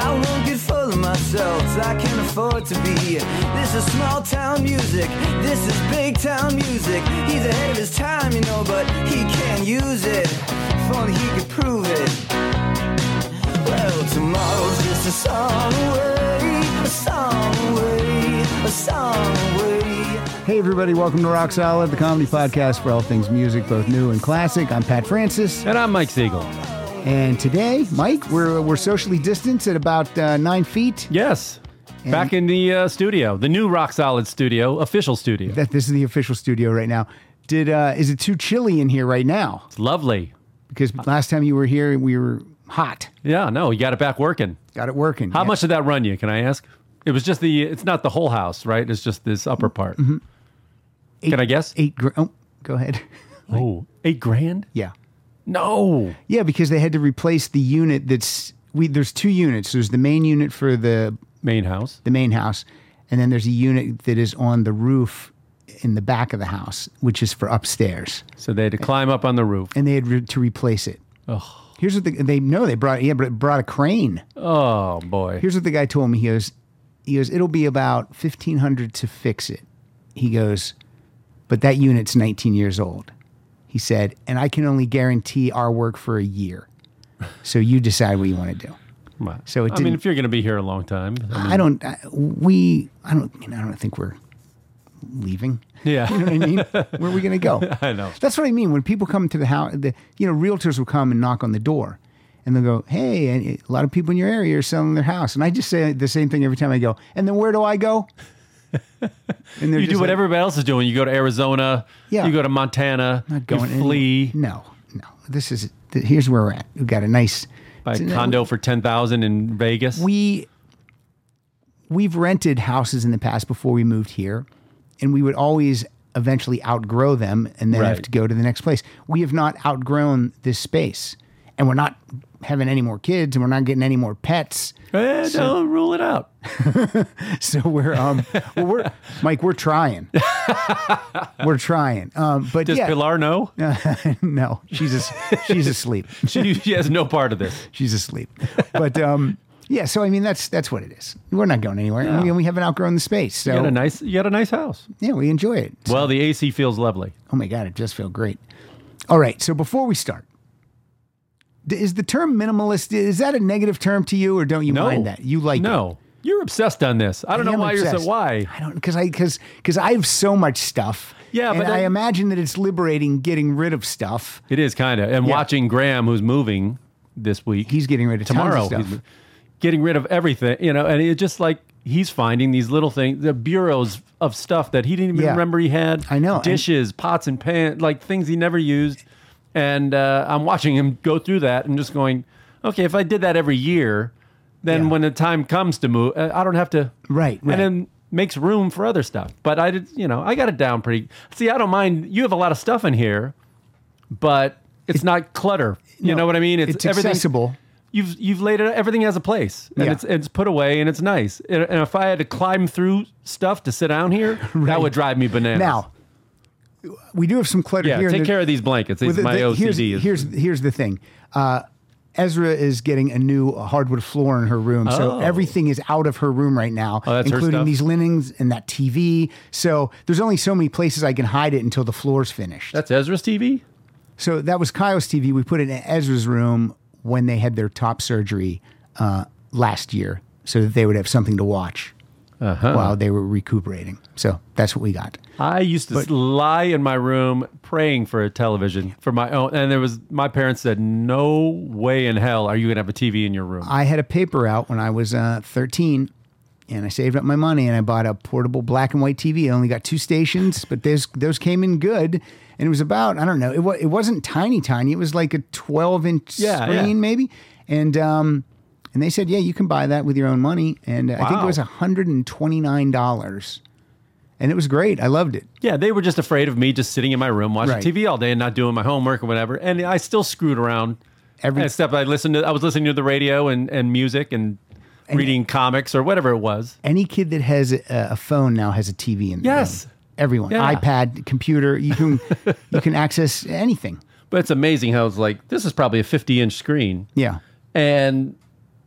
control of myself as I can afford to be. This is small town music, this is big town music. He's ahead of his time, you know, but he can't use it. If only he could prove it. Well, tomorrow's just a song away, a song away, a song away. Hey, everybody, welcome to Rock Solid, the comedy podcast for all things music, both new and classic. I'm Pat Francis. And I'm Mike Siegel. And today, Mike, we're, we're socially distanced at about uh, nine feet. Yes. Back in the uh, studio, the new Rock Solid studio, official studio. That This is the official studio right now. Did uh, Is it too chilly in here right now? It's lovely. Because last time you were here, we were hot. Yeah, no, you got it back working. Got it working. How Yeah. much did that run you, can I ask? It was just the, it's not the whole house, right? It's just this upper part. Eight- Can I guess? Mm-hmm. Eight. Gr- oh, go ahead. Oh, eight grand? yeah. No. Yeah, because they had to replace the unit that's. We, there's two units. There's the main unit for the Main house. the main house, and then there's a unit that is on the roof in the back of the house, which is for upstairs. So they had to climb up on the roof. And they had re- to replace it. Here's what the, they know. They brought yeah, br- brought a crane. Oh, boy. Here's what the guy told me. He goes, he goes, it'll be about fifteen hundred to fix it. He goes, but that unit's nineteen years old. He said, and I can only guarantee our work for a year. So you decide what you want to do. Wow. so it I mean, didn't- if you're going to be here a long time. I mean- I don't. I, we. I don't. You know, I don't think we're leaving. You yeah. know what I mean? Where are we going to go? I know. That's what I mean. When people come to the house, the, you know, realtors will come and knock on the door and they'll go, Hey, and eh, a lot of people in your area are selling their house. And I just say the same thing every time I go. And then where do I go? And You do what everybody else is doing. You go to Arizona. Yeah. You go to Montana. not going you any- flee. No, no. This is, th- here's where we're at. We've got a nice Buy it's a a- condo for ten thousand in Vegas. we we've rented houses in the past before we moved here and we would always eventually outgrow them and then have Right. to go to the next place we have not outgrown this space and we're not having any more kids and we're not getting any more pets Eh, don't rule it out. so we're um well, we're mike we're trying we're trying um but Does yeah Pilar know? no she's as she's asleep She, she has no part of this. she's asleep but um yeah so i mean that's that's what it is we're not going anywhere I mean, we haven't outgrown the space so You got a nice, you got a nice house. yeah we enjoy it Well, the AC feels lovely. Oh my God, it just felt great. All right, so before we start, d- is the term minimalist, is that a negative term to you or don't you No, mind that? You like it? No, you're obsessed on this. I don't know am why you're obsessed. so. Why? I don't, because I, because, because I have so much stuff. Yeah, and but I that- imagine that it's liberating getting rid of stuff. It is kind of. And watching Graham, who's moving this week, He's getting rid of tons of tomorrow. stuff. he's getting rid of everything, you know. And it's just like he's finding these little things, the bureaus of stuff that he didn't even Yeah. remember he had. I know, and- dishes, pots and pans, like things he never used. And uh, I'm watching him go through that and just going, okay, if I did that every year, then Yeah. when the time comes to move, uh, I don't have to. Right, right. And then makes room for other stuff. But I did, you know, I got it down pretty. See, I don't mind. You have a lot of stuff in here, but it's not clutter. You No, know what I mean? It's everything- accessible. you've you've laid it everything has a place and Yeah. it's it's put away and it's nice and, and if i had to climb through stuff to sit down here that would drive me bananas Now, we do have some clutter yeah here. and take there- care of these blankets these, Well, the- my the- ocd here's, is Here's here's the thing. Uh, Ezra is getting a new hardwood floor in her room, so Oh. everything is out of her room right now, that's her including stuff? these linens and that TV. So there's only so many places I can hide it until the floor's finished. that's ezra's tv so that was Kyle's TV. We put it in Ezra's room when they had their top surgery uh, last year, so that they would have something to watch Uh-huh. while they were recuperating. So that's what we got. i used to lie in my room praying for a television for my own and there was my parents said no way in hell are you gonna have a tv in your room I had a paper out when I was uh, 13 and I saved up my money and I bought a portable black and white TV. It only got two stations, but those, those came in good. And it was about, I don't know, it, wa- it wasn't tiny, tiny. It was like a 12 inch Yeah, screen, yeah. maybe. And, um, and they said, yeah, you can buy that with your own money. And uh, I think it Wow. was $129. And it was great. I loved it. Yeah, they were just afraid of me just sitting in my room watching Right. TV all day and not doing my homework or whatever. And I still screwed around. Every- Every step I listened to, I was listening to the radio and, and music and, reading comics or whatever it was. Any kid that has a, a phone now has a TV in their Yes. room. Everyone, Yeah. iPad, computer, you can you can access anything. But it's amazing how it's like this is probably a fifty inch screen, Yeah. and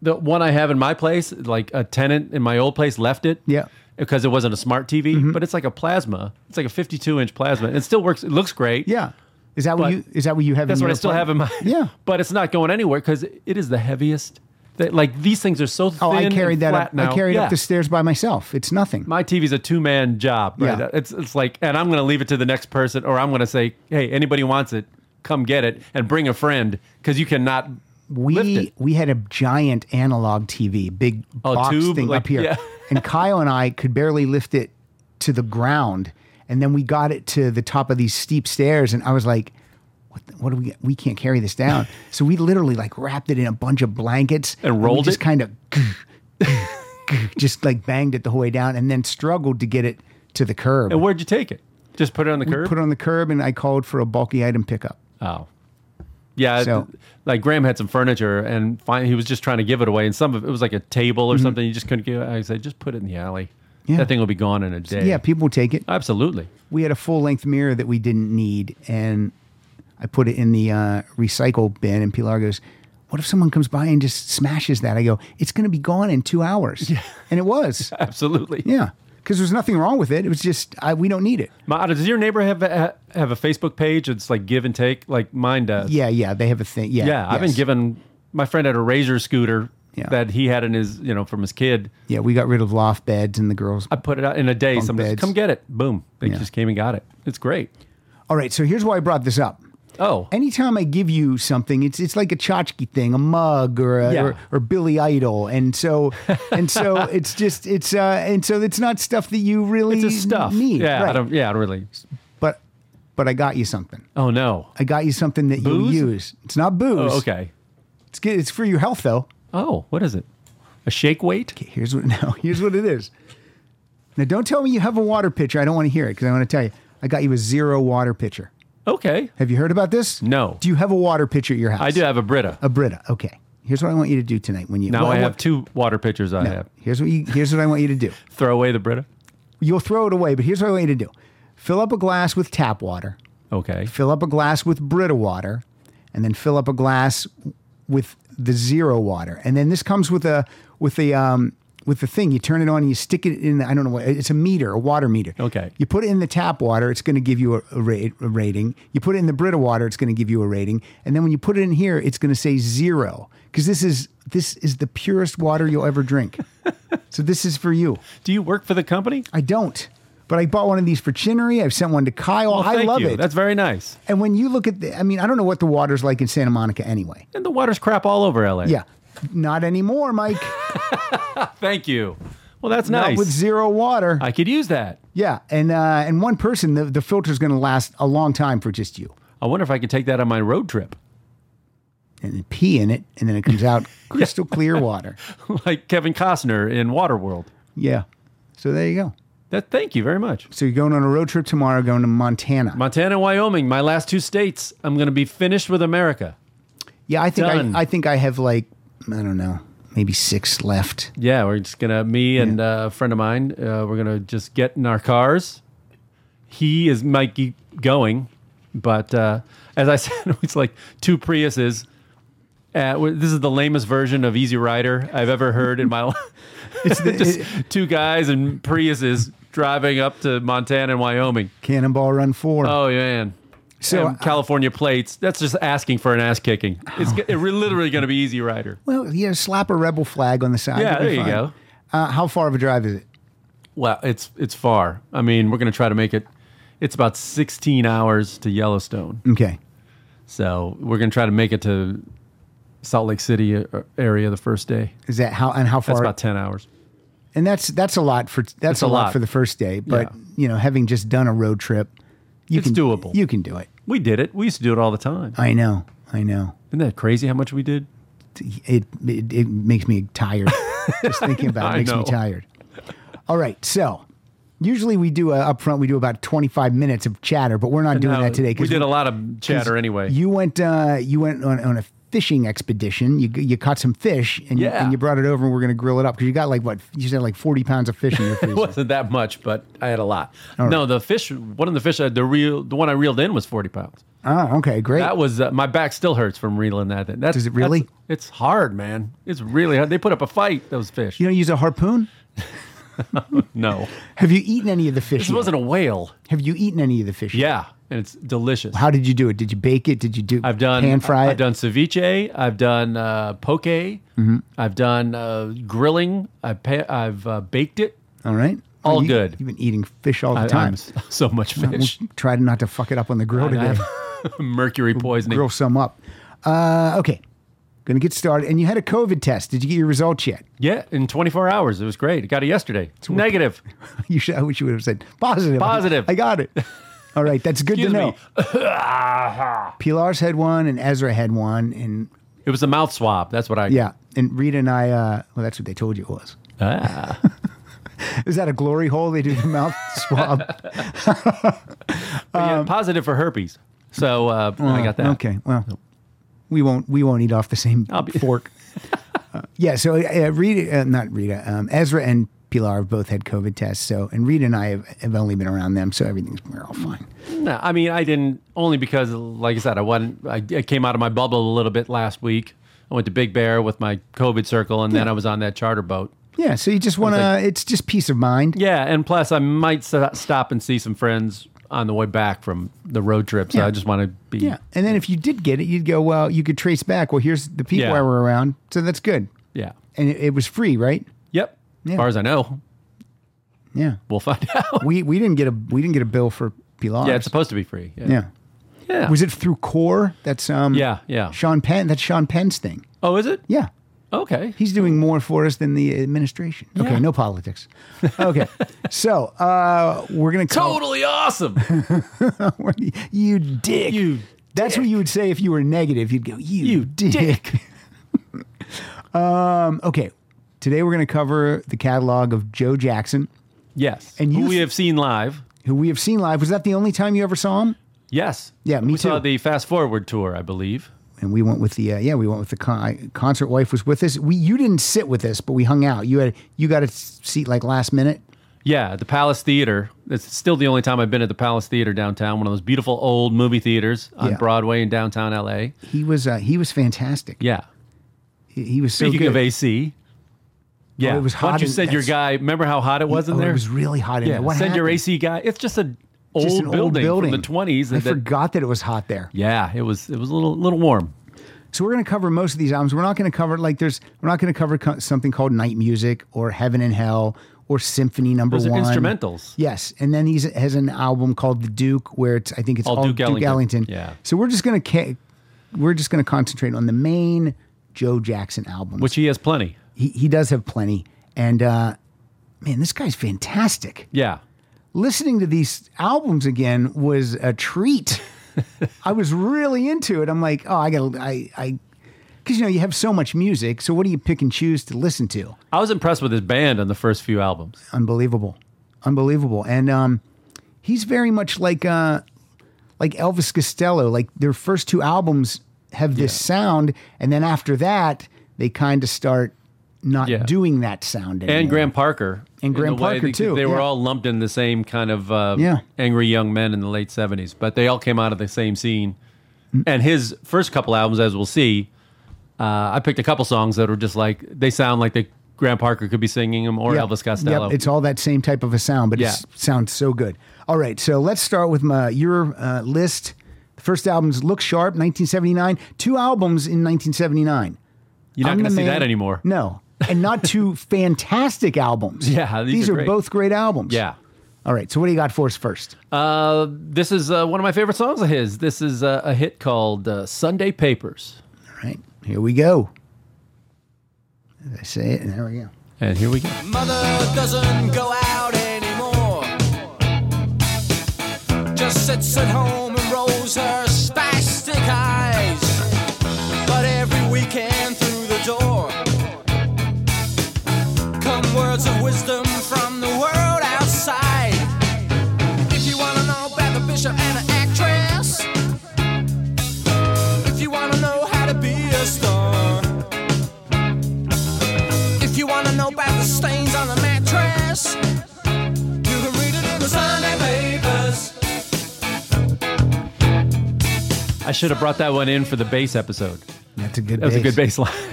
the one I have in my place, like a tenant in my old place left it. Yeah. Because it wasn't a smart TV, but it's like a plasma. It's like a 52 inch plasma. It still works. It looks great. Yeah. Is that what But you is that what you have? That's in what I your still have in apartment? my. Yeah. But it's not going anywhere because it is the heaviest. That like these things are so thin. Oh, I carried and that flat up. Now. I carried yeah. up the stairs by myself. It's nothing. My TV's a two man job. Right? Yeah. It's it's like, and I'm going to leave it to the next person, or I'm going to say, hey, anybody wants it, come get it, and bring a friend because you cannot. lift we it. we had a giant analog TV, big Oh, box tube? thing Like, up here, yeah. and Kyle and I could barely lift it to the ground, and then we got it to the top of these steep stairs, and I was like. What, the- what do we? We can't carry this down. So we literally like wrapped it in a bunch of blankets And we rolled just it? Kind of, just like banged it the whole way down, and then struggled to get it to the curb. And where'd you take it? Just put it on the curb. Put it on the curb, and I called for a bulky item pickup. Oh. Yeah, it- So- like Graham had some furniture, and fin he was just trying to give it away, and some of it was like a table or something. You just couldn't give. it. I said, just put it in the alley. Mm-hmm. Yeah. That thing will be gone in a day. Yeah, people take it. absolutely. we had a full length mirror that we didn't need, and I put it in the uh, recycle bin. And Pilar goes, "What if someone comes by and just smashes that?" I go, "It's going to be gone in two hours," and it was. Absolutely. yeah, because there was nothing wrong with it. It was just I, we don't need it. Ma- does your neighbor have a, have a Facebook page? It's like give and take, like mine does. Yeah, yeah, they have a thing. Yeah, Yeah, I've been yes. given. My friend had a razor scooter Yeah. that he had in his, you know, from his kid. Yeah, we got rid of loft beds and the girls. I put it out in a day. Bunk Somebody beds. come get it. Boom. They Yeah. just came and got it. It's great. All right, so here's why I brought this up. Oh, Anytime I give you something, it's it's like a tchotchke thing, a mug or a, Yeah. or, or Billy Idol, and so and so it's just it's uh and so it's not stuff that you really it's just stuff. need. yeah, I right. don't. Yeah, I don't really. but but I got you something. Oh no. I got you something that you Booze? use. It's not booze. Oh, okay. it's good. It's for your health though. Oh, what is it? A shake weight? Okay, here's what no, here's what it is. Now don't tell me you have a water pitcher. I don't want to hear it because I want to tell you I got you a zero water pitcher. Okay. Have you heard about this? No. Do you have a water pitcher at your house? I do have a Brita. a Brita. Okay. Here's what I want you to do tonight when you Now well, I have want- two water pitchers I have. Here's what you, here's what I want you to do. Throw away the Brita. You'll throw it away, but here's what I want you to do. Fill up a glass with tap water, Okay. fill up a glass with Brita water, and then fill up a glass with the zero water. And then this comes with a with the um with the thing. You turn it on and you stick it in I don't know what it's a meter, a water meter. Okay. You put it in the tap water, it's going to give you a, a, ra- a rating. You put it in the Brita water, it's going to give you a rating. And then when you put it in here, it's going to say zero because this is this is the purest water you'll ever drink. so this is for you. Do you work for the company? I don't. But I bought one of these for Chinnery. I've sent one to Kyle. Well, I Oh, thank love you. it. That's very nice. and when you look at the, I mean, I don't know what the water's like in Santa Monica anyway. And the water's crap all over LA. Yeah. Not anymore, Mike. Thank you. Well, that's Not nice. with zero water. I could use that. yeah. And uh, and one person, the, the filter's going to last a long time for just you. I wonder if I could take that on my road trip, And then pee in it, and then it comes out crystal clear water. like Kevin Costner in Waterworld. Yeah. So there you go. That. Thank you very much. So you're going on a road trip tomorrow, going to Montana. Montana, Wyoming, my last two states. I'm going to be finished with America. yeah, I think Done. I, I think I have like I don't know, maybe six left. Yeah, we're just gonna me and uh, a friend of mine. Uh, we're gonna just get in our cars. He is might keep going, but uh, as I said, it's like two Priuses. Uh, w- this is the lamest version of Easy Rider I've ever heard in my life. It's just two guys and Priuses driving up to Montana and Wyoming. Cannonball Run Four. Oh man. So, So uh, California plates. That's just asking for an ass kicking. It's g- it re- literally going to be Easy Rider. Well, yeah, slap a rebel flag on the side. Yeah, It'll be there you fine. go. Uh, how far of a drive is it? Well, it's it's far. I mean, we're going to try to make it. It's about 16 hours to Yellowstone, Okay. so we're going to try to make it to Salt Lake City uh, area the first day. Is that how and how far? That's about 10 hours. and that's that's a lot for that's a, a lot. lot. for the first day. But Yeah. you know, having just done a road trip, you It's can doable. You can do it. We did it. We used to do it all the time. I know. I know. Isn't that crazy how much we did? It it, it makes me tired. just thinking about it I makes me know. tired. All right, so. Usually we do uh, up front. We do about twenty-five minutes of chatter, but we're not doing No, that today. We 'cause did a lot of chatter anyway. You went. Uh, you went on, on a fishing expedition. You you caught some fish and, you, Yeah. and you brought it over and we're gonna grill it up because you got like what you said like forty pounds of fish in your it freezer. wasn't that uh, much, but I had a lot. No, the fish. One of the fish, I, the real, the one I reeled in was 40 pounds. Oh, okay, great. That was uh, my back still hurts from reeling that. thing. That's Does it really? that's- It's hard, man. It's really hard. They put up a fight. Those fish. you don't use a harpoon? No, Have you eaten any of the fish? this yet? wasn't a whale. Have you eaten any of the fish? yet? Yeah, and it's delicious. How did you do it? Did you bake it? Did you do I've done pan fry I've it? Mm-hmm. done ceviche. I've done uh, poke. I've done uh, grilling. I've pa- I've uh, baked it. All right. All you, good. You've been eating fish all the I, time. I'm s- so much fish. We tried not to fuck it up on the grill And I today. have mercury poisoning. Grill some up. Uh, okay. Gonna get started. And you had a COVID test. Did you get your results yet? Yeah, in 24 hours, it was great. I got it yesterday. Negative. You should. I wish you would have said positive. Positive. I got it. All right. That's good to Excuse know. me. Pilar's had one, and Ezra had one, and It was a mouth swab. That's what I. yeah, and Rita and I. Uh, well, that's what they told you it was. Ah. Is that a glory hole? They do the mouth swab. But yeah, positive for herpes. So uh, I got that. Um, Okay. Well, we won't we won't eat off the same I'll be- fork. Uh, yeah. So uh, Rita, uh, not Rita, um, Ezra and Pilar have both had COVID tests. So and Rita and I have, have only been around them, so everything's we're all fine. No, I mean I didn't only because, like I said, I wasn't. I, I came out of my bubble a little bit last week. I went to Big Bear with my COVID circle, and then I was on that charter boat. Yeah. So you just want to. It's just peace of mind. Yeah, and plus I might st- stop and see some friends on the way back from the road trip. So Yeah. I just want to be. Yeah. And then if you did get it, you'd go. Well, you could trace back. Well, here's the people Yeah. I were around. So that's good. Yeah. And it, it was free, right? Yep. Yeah. As far as I know, Yeah. we'll find out. We we didn't get a we didn't get a bill for Pilar. yeah, it's supposed to be free. Yeah. yeah. Yeah. Was it through Core? That's um. Yeah, yeah. Sean Penn. That's Sean Penn's thing. oh, is it? Yeah. Okay. He's doing more for us than the administration. Okay, Yeah. no politics. Okay, so uh, we're gonna call. Totally awesome. you dick. You That's what you would say if you were negative. You'd go, you, You dick. um, okay, today we're gonna cover the catalog of Joe Jackson, yes. And And you- you we have seen live. who we have seen live. Was that the only time you ever saw him? Yes. Yeah, me we saw too. the Fast Forward tour, I believe. And we went with the uh, yeah, we went with the con- I- concert wife was with us. We you didn't sit with us, but we hung out. You had you got a s- seat like last minute. Yeah, the Palace Theater. It's still the only time I've been at the Palace Theater downtown, one of those beautiful old movie theaters on Yeah. Broadway in downtown LA. He was uh, he was fantastic. Yeah. He, he was so Speaking good. Oh, of AC. Yeah, it was Why hot don't you in- send your that's- guy? Remember how hot it was in Oh, there? It was really hot in yeah, there. What send your happened? AC guy. It's just an old, Just an building, from the twenties. I And that- forgot that it was hot there. yeah, it was it was a little little warm. So we're going to cover most of these albums. We're not going to cover like there's we're not going to cover co- something called Night Music or Heaven and Hell or Symphony Number Those are One. instrumentals. Yes, and then he has an album called The Duke, where it's I think it's all, All Oh, Duke Ellington. Ellington. Yeah. So we're just going to ca- we're just going to concentrate on the main Joe Jackson album, Which he has plenty. he he does have plenty. And uh, man, this guy's fantastic. Yeah. listening to these albums again was a treat. I was really into it. I'm like, oh, I gotta, I, I, because you know you have so much music. So what do you pick and choose to listen to? I was impressed with his band on the first few albums. Unbelievable, unbelievable. And um, he's very much like uh, like Elvis Costello. Like their first two albums have this sound, and then after that they kind of start not Yeah. doing that sound anymore. and Graham Parker And in Graham the way Parker, that too, They were yeah. all lumped in the same kind of uh, Yeah. angry young men in the late seventies, but they all came out of the same scene. Mm. And his first couple albums, as we'll see, uh, I picked a couple songs that were just like they sound like they Graham Parker could be singing them or Yep. Elvis Costello. Yep, it's all that same type of a sound, but it Yeah. sounds so good. All right, so let's start with my your uh, list. The first album's Look Sharp, 1979. Two albums in 1979. You're not I'm going to the see man- that anymore. No, and not two fantastic albums. Yeah, these are great. both great albums. Yeah. All right, so what do you got for us first? Uh, this is uh, one of my favorite songs of his. This is uh, a hit called uh, Sunday Papers. All right, here we go. As I say it, and there we go. And here we go. Mother doesn't go out anymore. Just sits at home and rolls her spastic eyes. But every weekend through the door come words of wisdom from the world outside. If you wanna know about the bishop and an actress, if you wanna know how to be a star. If you wanna know about the stains on the mattress, you can read it in the Sunday papers. should have brought that one in for the bass episode. That's a good. That was a base. good bass line.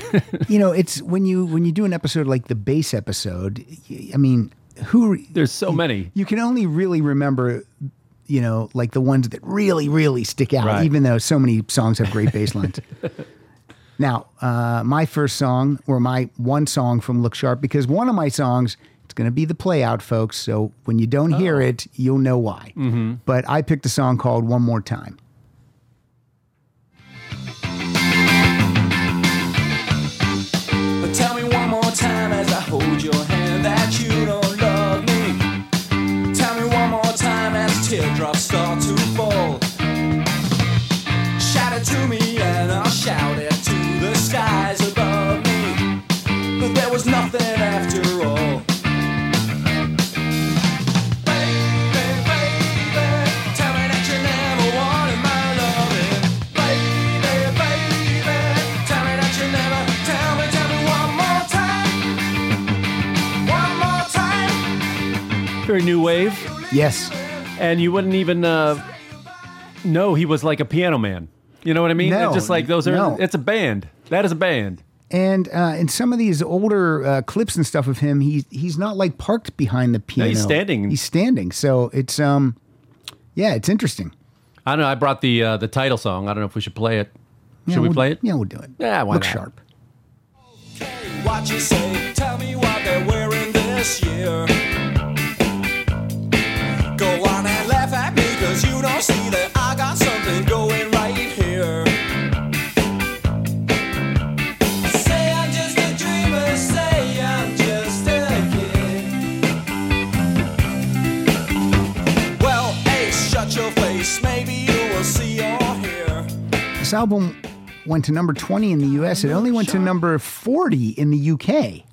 You know, it's when you when you do an episode like the base episode. y- I mean, who There's so many. you can only really remember, you know, like the ones that really really stick out. Right. Even though so many songs have great bass lines. now, uh, my first song or my one song from Look Sharp because one of my songs. It's going to be the play out, folks. So when you don't Oh. hear it, you'll know why. Mm-hmm. But I picked a song called One More Time. But tell me one more time as I hold your hand that you don't love me. Tell me one more time as teardrops start to fall. Shout it to me and I'll shout it to the skies above me. But there was nothing after all. Baby, baby, tell me that you never wanted my loving. Baby, baby, tell me that you never, tell me, tell me one more time. One more time. Very new wave, Yes. and you wouldn't even uh, know he was like a piano man. You know what I mean? No, It's just like those are. no. It's a band. That is a band. And uh, in some of these older uh, clips and stuff of him, he's he's not like parked behind the piano. he's standing. He's standing. So it's um, yeah, it's interesting. I don't know. I brought the uh, the title song. I don't know if we should play it. Should Yeah, we we'll- play it? Yeah, we'll do it. Yeah, why Look not? sharp. What you say, tell me what they're wearing this year. Go on and laugh at me, cause you don't see that I got something going right here. Say I'm just a dreamer, say I'm just a kid. Well, hey, shut your face, maybe you will see or hear. This album went to number twenty in the U.S. It only went to number forty in the U.K.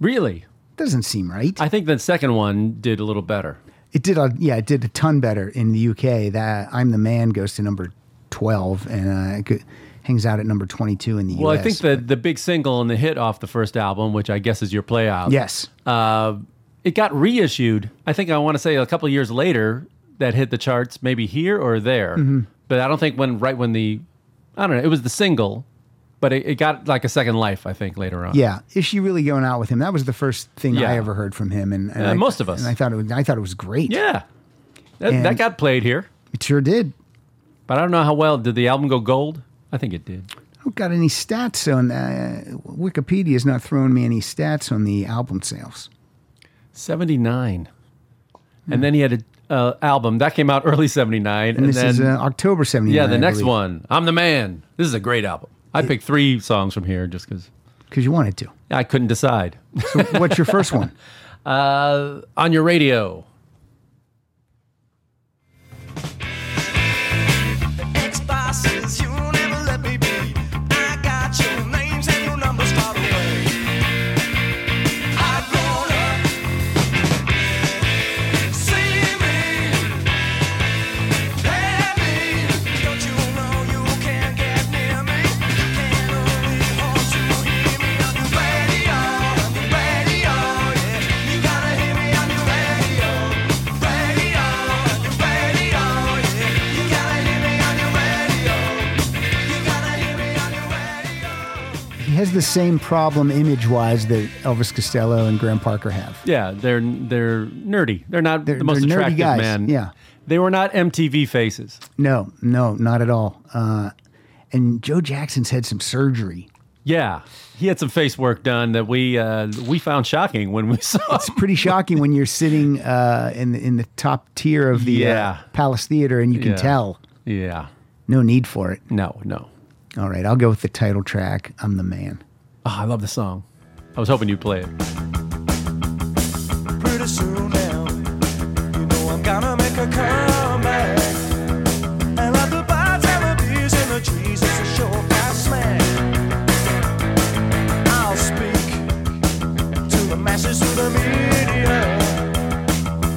Really? Doesn't seem right. I think the second one did a little better. It did a yeah, it did a ton better in the U.K. That I'm the Man goes to number twelve and uh, it go- hangs out at number twenty-two in the U.S. Well, I think the the big single and the hit off the first album, which I guess is your play out. yes, Uh, it got reissued. I think I want to say a couple years later that hit the charts, maybe here or there. Mm-hmm. But I don't think when right when the I don't know. It was the single, but it, it got like a second life. I think later on. Yeah, is she really going out with him? That was the first thing Yeah. I ever heard from him, and, and Uh, I- most of us. And I thought it was, I thought it was great. Yeah. That, And- that got played here, it sure did. but I don't know how well did the album go gold. I think it did. I don't got any stats on uh, Wikipedia. Is not throwing me any stats on the album sales. 79 and then he had a uh, album that came out early 79 and, Hmm. And, this then is uh, October seventy. yeah the next one i'm the man this is a great album i picked three songs from here just because because you wanted to. i couldn't decide So what's your first one? uh, on your radio Ex-bosses, you never let me be. I got your names and your numbers far away. I've grown up. See me. Pay me. Don't you know you can't get near me? You can only hope to hear me on your radio, on your radio, yeah. You gotta hear me on your radio, radio, on your radio, yeah. You gotta hear me on your radio. You gotta hear me on your radio. He has the same problem image-wise that Elvis Costello and Graham Parker have. yeah they're they're nerdy they're not They're- the most they're nerdy attractive guys, man yeah. they were not mtv faces No, no, not at all. Uh, and Joe Jackson's had some surgery. yeah he had some face work done that we uh, we found shocking when we saw it's pretty shocking when you're sitting uh, in the, in the top tier of the Yeah. uh, Palace Theater, and you can Yeah. tell yeah no need for it. no no All right, I'll go with the title track. I'm the man. oh, i love the song i was hoping you'd play it pretty soon now. You know I'm gonna make a comeback. And let the bars and the beers and the trees is a show I smack. I'll speak to the masses through the media.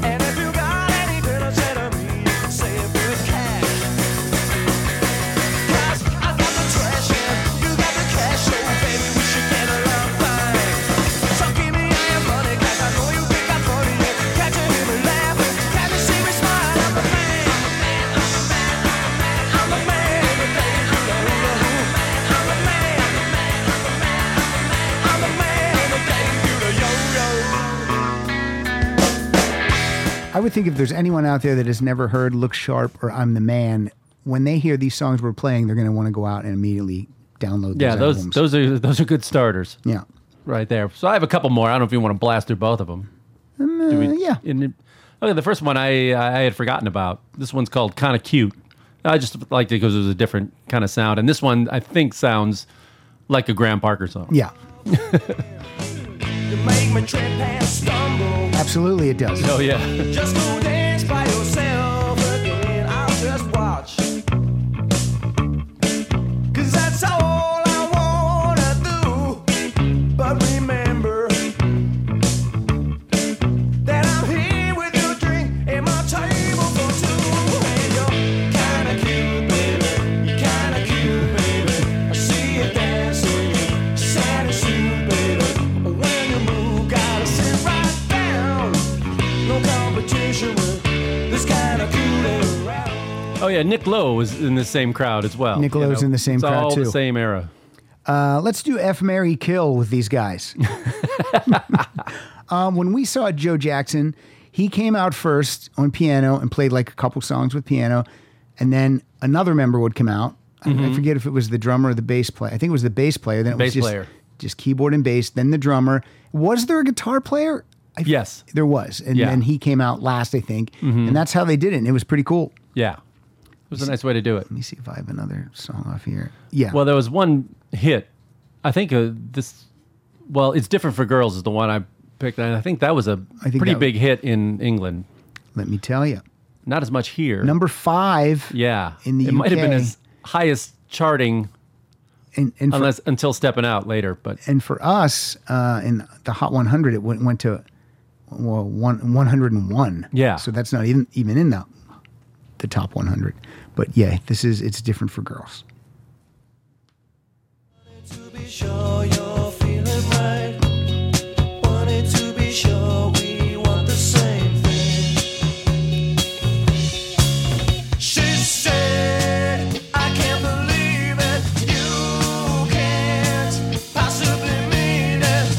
And if you got any benefit of me, you can say it with cash. Cause I got the trash and you got the cash, so baby, we should get along fine. So give me all your money, 'cause I know you think I'm funny and I would think if there's anyone out there that has never heard Look Sharp or I'm the Man, when they hear these songs we're playing, they're going to want to go out and immediately download Yeah, those those albums. those are those are good starters Yeah. right there. So I have a couple more. I don't know if you want to blast through both of them. Uh, yeah. In, okay, the first one I uh, I had forgotten about. This one's called Kind of Cute. I just liked it because it was a different kind of sound, and this one I think sounds like a Graham Parker song. Yeah. You make my trip and stumble. Absolutely, it does. Oh yeah, Just go dance by yourself again. I'll just watch. Cause that's all I wanna do. But remember that I'm here with your drink and my table for two. And you're kinda cute, baby. You're kinda cute, baby. I see you dancing. you're sad as you, baby. When you move, gotta sit right down. No competition with this kind of cooling around. oh yeah. Nick Lowe was in the same crowd as well. Nick Lowe's in the same it's crowd, all too. the same era. Uh, let's do F Mary Kill with these guys. um, when we saw Joe Jackson, he came out first on piano and played like a couple songs with piano, and then another member would come out. I- I, forget if it was the drummer or the bass player. I think it was the bass player. Then it Mm-hmm. Bass was just, player. just keyboard and bass. Then the drummer. Was there a guitar player? I, Yes. there was, and Yeah. Mm-hmm. then he came out last, I think, and that's how they did it. And it was pretty cool. Yeah, it was a nice way to do it. Let me see if I have another song off here. Yeah. Well, there was one hit. I think uh, this. Well, it's different for girls is the one I picked, and I think that was a I think pretty that- big hit in England. let me tell you. Not as much here. Number five. yeah, in the it might have been UK. his highest charting, and and for, unless until stepping out later. But and for us uh, in the Hot 100, it went, went to well, one, 101. Yeah. So that's not even even in the the top 100. But yeah, this is it's different for girls. to be sure you're feeling right. Wanted to be sure we want the same thing. She said, I can't believe it. You can't possibly mean it.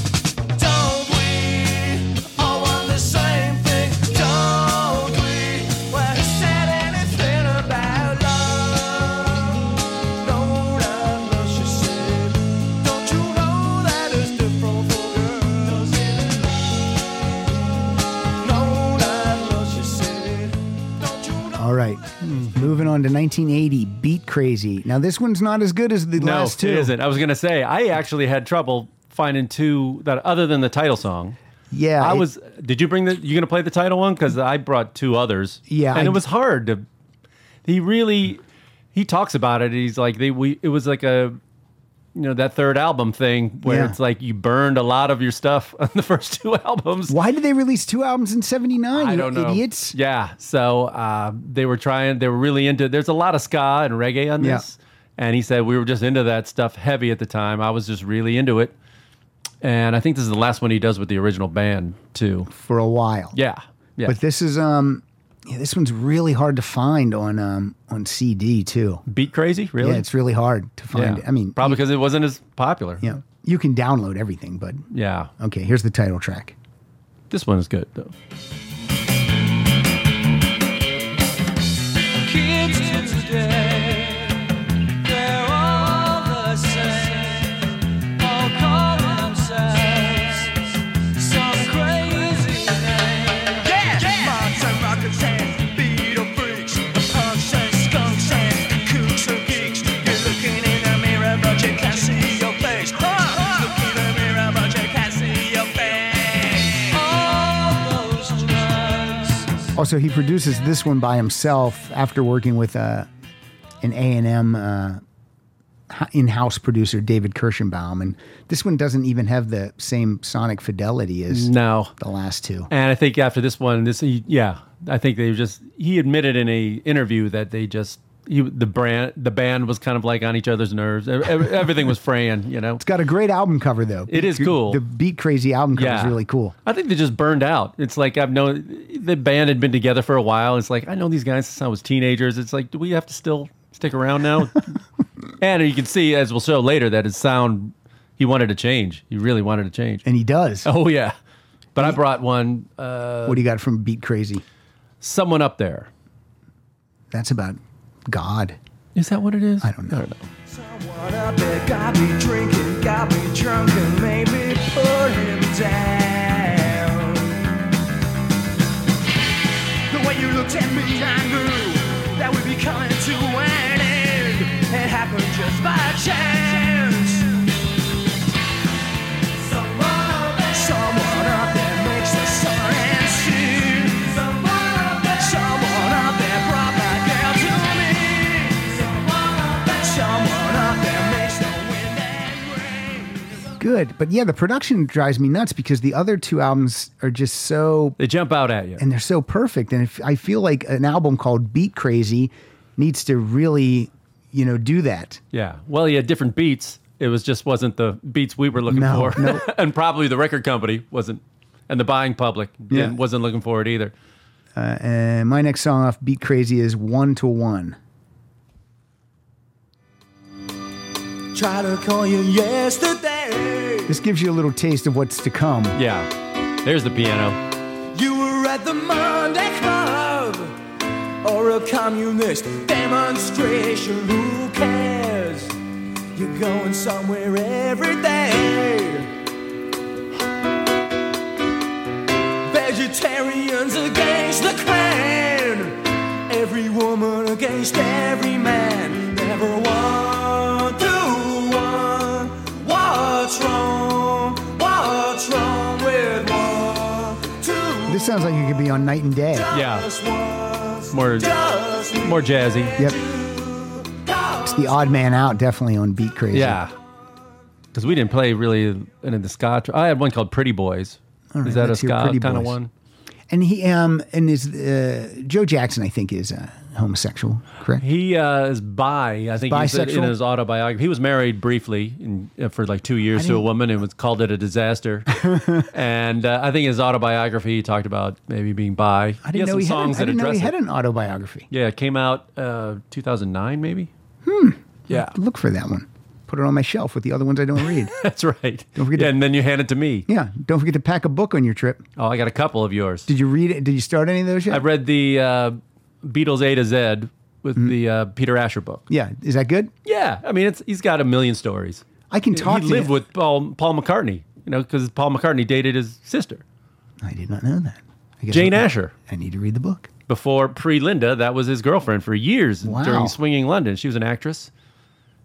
Don't we all want the same thing? Don't we? Well, he said anything about love. No, not love, she said. Don't you know that it's different for girls? No, not love, she said. Don't you know? All right. Hmm. Moving on to 1980, Beat Crazy. Now this one's not as good as the no, last two. it isn't. I was gonna say I actually had trouble finding two that other than the title song. Yeah. I it- was. Did you bring the? You gonna play the title one? Because I brought two others. Yeah, and I- it was hard to. He really, he talks about it. He's like they. We. It was like a, you know, that third album thing where Yeah. it's like you burned a lot of your stuff on the first two albums. Why did they release two albums in 79? I you don't know. Idiots. Yeah. So uh, they were trying. They were really into. There's a lot of ska and reggae on Yeah. this. And he said we were just into that stuff heavy at the time. I was just really into it. And I think this is the last one he does with the original band too. For a while. Yeah. Yeah. But this is um yeah, this one's really hard to find on um on CD too. Beat Crazy, really? Yeah, it's really hard to find. it. I mean, probably because it wasn't as popular. Yeah. You can download everything, but Yeah. okay, here's the title track. This one is good though. kids today. They're all the same, all call themselves some crazy name. Yes, mobs and rockets and beetle freaks, punks and skunks and kooks and geeks. You're looking in the mirror, but you can't see your face. Huh. Look in the mirror, but you can't see your face. All those drugs. Also, Oh, he produces this one by himself after working with uh, an A&M uh, h- in-house producer, David Kirschenbaum. And this one doesn't even have the same sonic fidelity as No. the last two. And I think after this one, this he, yeah, I think they just he admitted in a interview that they just he, the brand the band was kind of like on each other's nerves. Ev- ev- Everything was fraying, you know. It's got a great album cover, though. It is cool. The Beat Crazy album cover is Yeah. really cool. I think they just burned out. It's like I've known the band had been together for a while. It's like I know these guys since I was teenagers. It's like do we have to still stick around now? and you can see as we'll show later that his sound he wanted to change. He really wanted to change. And he does. Oh yeah, but I brought one. Uh, What do you got from Beat Crazy? someone up there. That's about God. Is that what it is? I don't know. I don't know. Someone up there got me drinking, got me drunk, and maybe put him down. The way you looked at me, I knew that we'd be coming to an end. It happened just by chance. Someone up there makes the sun and sea. Someone up there brought my girl to me. Someone up there makes the wind and rain. Good. But yeah, the production drives me nuts because the other two albums are just so They jump out at you. and they're so perfect. And if, I feel like an album called Beat Crazy needs to really, you know, do that. yeah. Well, he had different beats. It was just wasn't the beats we were looking No, for, no. and probably the record company wasn't, and the buying public Yeah. didn't- wasn't looking for it either. Uh, and my next song off Beat Crazy is One to One. Try to call you yesterday. This gives you a little taste of what's to come. Yeah. There's the piano. You were at the Monday Club or a communist demonstration. Who cares? You're going somewhere every day. Vegetarians against the clan. Every woman against every man. Never one to one. What's wrong? What's wrong with one, two? This sounds like it could be on Night and Day. Yeah. Just once, More- just More jazzy. Yep. once. The odd man out definitely on Beat Crazy. Yeah. Because we didn't play really in the ska. tr- I had one called Pretty Boys. right, Is that a let's hear ska Pretty kind of Boys. one? And he um and is uh, Joe Jackson I think is uh, homosexual, correct? He uh, is bi. I think he said in bisexual? his autobiography. He was married briefly in, uh, for like two years to a didn't- woman and was called it a disaster. and uh, I think in his autobiography, he talked about maybe being bi. I didn't he has know some he had. An, songs I didn't that know he address had it. an autobiography. Yeah, it came out uh, 2009 maybe. Hmm. Yeah, Look for that one. Put it on my shelf with the other ones I don't read. that's right. forget yeah, to- and then you hand it to me. yeah, don't forget to pack a book on your trip. Oh, I got a couple of yours. Did you read it? Did you start any of those yet? I read the uh, Beatles A to Z with Hmm. the uh, Peter Asher book. yeah, is that good? Yeah, I mean, it's he's got a million stories. I can talk he to lived you. with Paul, Paul McCartney, you know, because Paul McCartney dated his sister, I did not know that. I guess Jane I- Asher. I need to read the book. Before pre Linda, that was his girlfriend for years Wow. during Swinging London. She was an actress.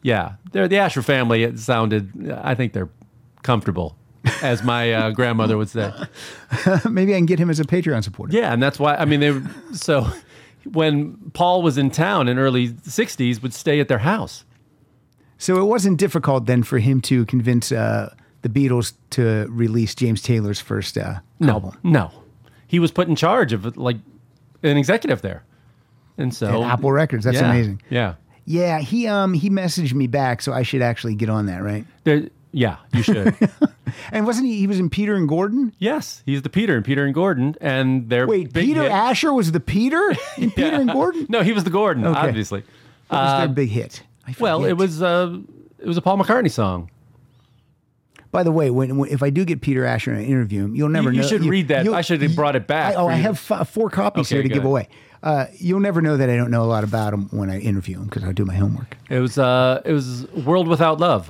Yeah, they're, the Asher family, it sounded, I think they're comfortable, as my uh, grandmother would say. Maybe I can get him as a Patreon supporter. Yeah, and that's why I mean they so when Paul was in town in early 60s would stay at their house. So it wasn't difficult then for him to convince uh, the Beatles to release James Taylor's first uh, No. album. No. He was put in charge of like an executive there. And so At Apple Records. That's Oh, yeah, amazing. Yeah. Yeah, he um he messaged me back, so I should actually get on that, right? There, yeah, you should. And wasn't he? He was in Peter and Gordon. yes, he's the Peter and Peter and Gordon, and they're Wait, Peter Asher was the Peter in Peter and Gordon. No, he was the Gordon, Okay. obviously. What was their big hit? I Um, Well, forget. it was uh, it was a Paul McCartney song. By the way, when, when if I do get Peter Asher and I interview him, you'll never you know. should read that. you'll- I should have brought it back I- oh, for I you. have f- four copies Okay, here to good. give away. Uh, you'll never know that I don't know a lot about him when I interview him because I do my homework. It was uh, it was World Without Love.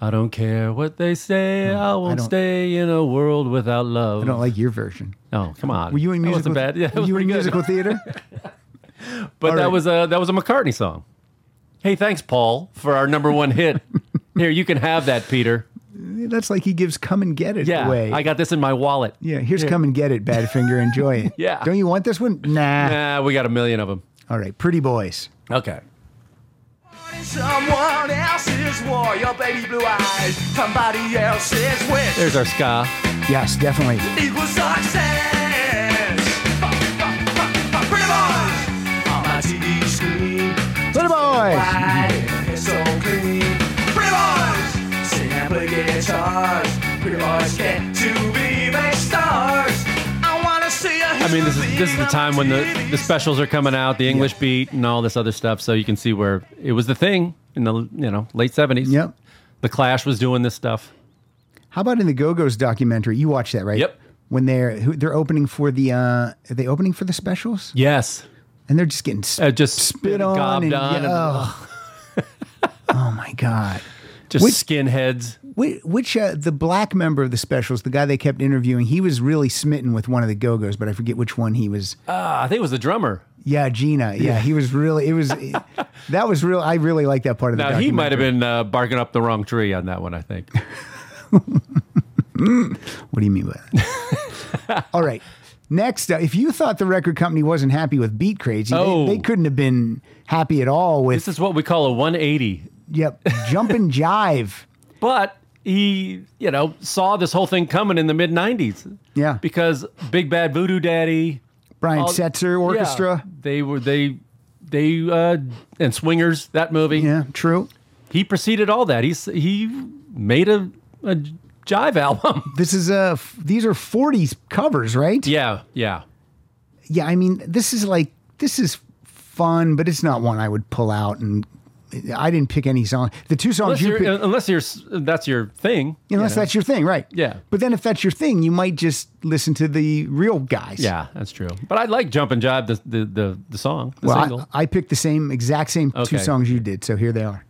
I don't care what they say. I won't Hmm. don't- stay in a world without love. I don't like your version. oh, come on. Were you in That musical? wasn't bad. Yeah, that were was you in pretty good. musical theater? But All that right. was a that was a McCartney song. Hey, thanks, Paul, for our number one hit. Here, you can have that, Peter. That's like he gives "Come and Get It" Yeah, away. I got this in my wallet. yeah, here's "Come and Get It," Badfinger. Enjoy it. Yeah. Don't you want this one? Nah. Nah, we got a million of them. All right, Pretty Boys. Okay. Someone else's war, your baby blue eyes. Somebody else's wish. There's our ska. Yes, definitely. equals success. Pretty boys on my TV screen. Pretty Boys. Wide and so clean. Pretty boys sing and play guitars. Pretty boys get to be big stars. I wanna see a I mean, this is this is the time when the, the specials are coming out, the English beat, and all this other stuff. So you can see where it was the thing in the you know late seventies. Yep. The Clash was doing this stuff. How about in the Go Go's documentary? You watched that, right? Yep. when they're who- they're opening for the uh, are they opening for the specials Yes. and they're just getting sp- Uh, just spit on gobbed and, on. and- oh. oh my god. just Which- skinheads. Which, which uh, the black member of the specials, the guy they kept interviewing, he was really smitten with one of the Go Go's, but I forget which one he was. Ah, I think it was the drummer. Yeah, Gina. Yeah, he was really. It was that was real. I really like that part of the. Now he might have documentary. been uh, barking up the wrong tree on that one. I think. What do you mean by that? All right. Next, uh, if you thought the record company wasn't happy with Beat Crazy, they- Oh. they, couldn't have been happy at all with this is what we call a 180. yep, jump and jive. But he, you know, saw this whole thing coming in the mid 90s. Yeah. Because Big Bad Voodoo Daddy, Brian all- Setzer Orchestra. yeah, they were they they uh and Swingers that movie. Yeah, true. He preceded all that. He's he made a, a jive album. This is a f- these are 40s covers, right? yeah, yeah. yeah, I mean, this is like this is fun, but it's not one I would pull out and I didn't pick any song. The two songs Unless you you're, picked, unless you're s- that's your thing. you unless know. that's your thing, right? Yeah. But then if that's your thing, you might just listen to the real guys. Yeah, that's true. But I like Jump and Jive, the the the, the song, the single. Well, I, I picked the same exact same two Okay. songs you did, so here they are.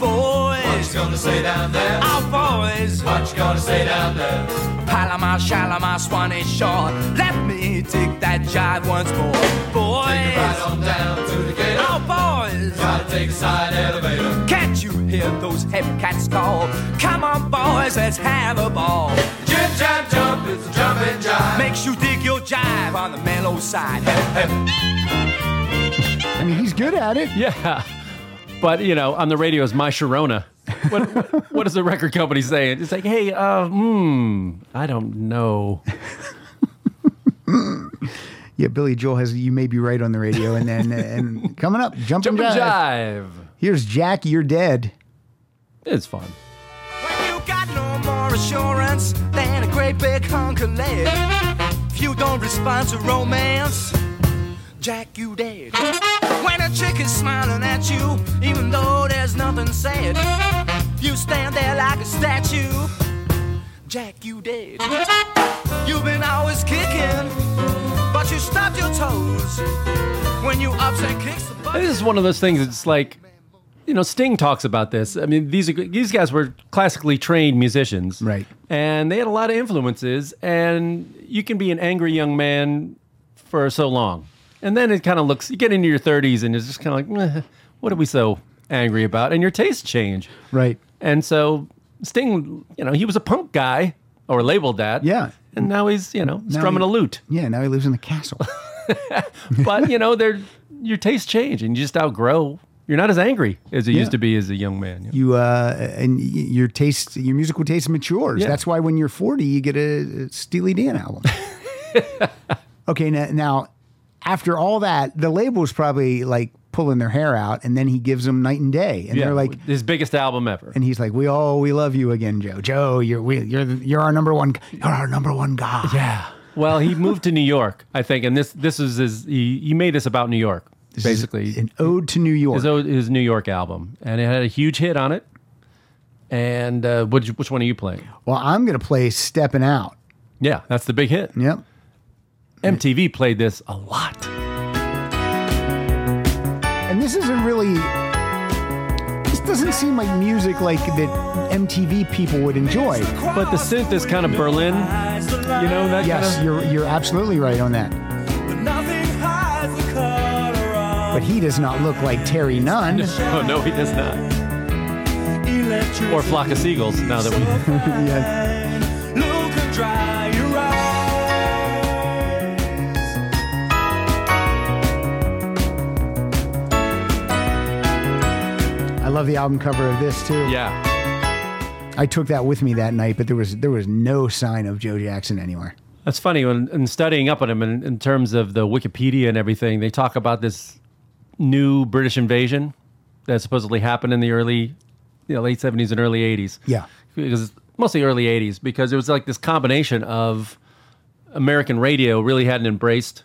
boys. What you gonna say down there? Our boys. What you gonna say down there? Palomar, Shalimar, Swanee Shore. Let me take that jive once more. Right Boys. on down to the gator. Our boys. Gotta take a side elevator. Can't you hear those heavy cats call? Come on, boys, let's have a ball. Jim jam jump, it's a jump and jive. Makes you dig your jive on the mellow side. I mean, he's good at it. yeah. But you know, on the radio is my Sharona. What, what, what is the record company saying? It's like, hey, uh, mm, I don't know. Yeah, Billy Joel has "You May Be Right" on the radio, and then uh, and coming up, jump, Jump and and jive. jive. Here's Jack, you're dead. It's fun. When you got no more assurance than a great big hunk of lead. If you don't respond to romance, Jack, you dead. When a chick is smiling at you, even though there's nothing said, you stand there like a statue. Jack, you dead. You've been always kicking, but you stopped your toes when you ups and kicks the butt. This is one of those things. It's like, you know, Sting talks about this. I mean, these are, these guys were classically trained musicians, Right. And they had a lot of influences. And you can be an angry young man for so long, and then it kind of looks. You get into your thirties, and it's just kind of like, "Meh, what are we so angry about? And your tastes change, Right. And so Sting, you know, he was a punk guy or labeled that, Yeah. And now he's, you know, strumming he- a lute Yeah. Now he lives in the castle. but you know, they're your tastes change and you just outgrow. You're not as angry as you Yeah. used to be as a young man. you know. you uh, and y- your taste, your musical taste matures. Yeah. That's why when you're 40, you get a Steely Dan album. okay, now, now after all that, the label's probably like pulling their hair out, and then he gives them night and day, and Yeah, they're like. his biggest album ever. And he's like, "We all we love you again, Joe. Joe, you're we, you're the- you're our number one. You're our number one guy. yeah. Well, he moved to New York, I think, and this this is his. He, he made this about New York, basically. an ode to New York. his, o- his New York album, and it had a huge hit on it. And uh, which which one are you playing? well, I'm gonna play "Stepping Out." Yeah, that's the big hit. Yep. MTV played this a lot. And this isn't really. This doesn't seem like music like that MTV people would enjoy. But the synth is kind of Berlin, you know that Yes, kind of. you're you're absolutely right on that. Nothing hides the color of But he does not look like Terry Nunn. Oh no, he does not. electricity. Or flock of seagulls. Now that we. yeah. Look and dry your eyes. I love the album cover of this too. Yeah. I took that with me that night, but there was there was no sign of Joe Jackson anywhere. That's funny. When in studying up on him, in, in terms of the Wikipedia and everything, they talk about this new British invasion that supposedly happened in the early, you know, late seventies and early eighties. Yeah. because mostly early eighties, because it was like this combination of American radio really hadn't embraced.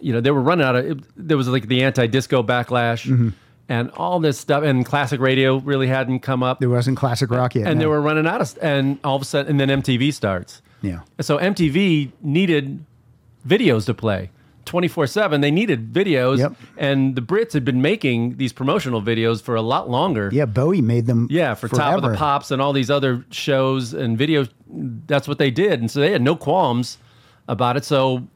You know, they were running out of. It, there was like the anti-disco backlash. and all this stuff. And classic radio really hadn't come up. There wasn't classic rock yet. and no. they were running out of, st- and all of a sudden, and then MTV starts. yeah. So MTV needed videos to play 24 7. They needed videos. Yep. And the Brits had been making these promotional videos for a lot longer. Yeah, Bowie made them. Yeah, for Top of the forever. Pops and all these other shows and videos. That's what they did. And so they had no qualms about it. So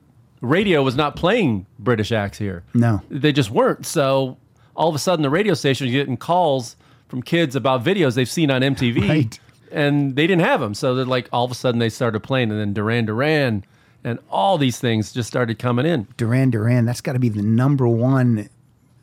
radio was not playing British acts here. No. They just weren't. So all of a sudden, the radio station was getting calls from kids about videos they've seen on MTV. Right. And they didn't have them. So they're like, all of a sudden, they started playing. And then Duran Duran and all these things just started coming in. Duran Duran. That's got to be the number one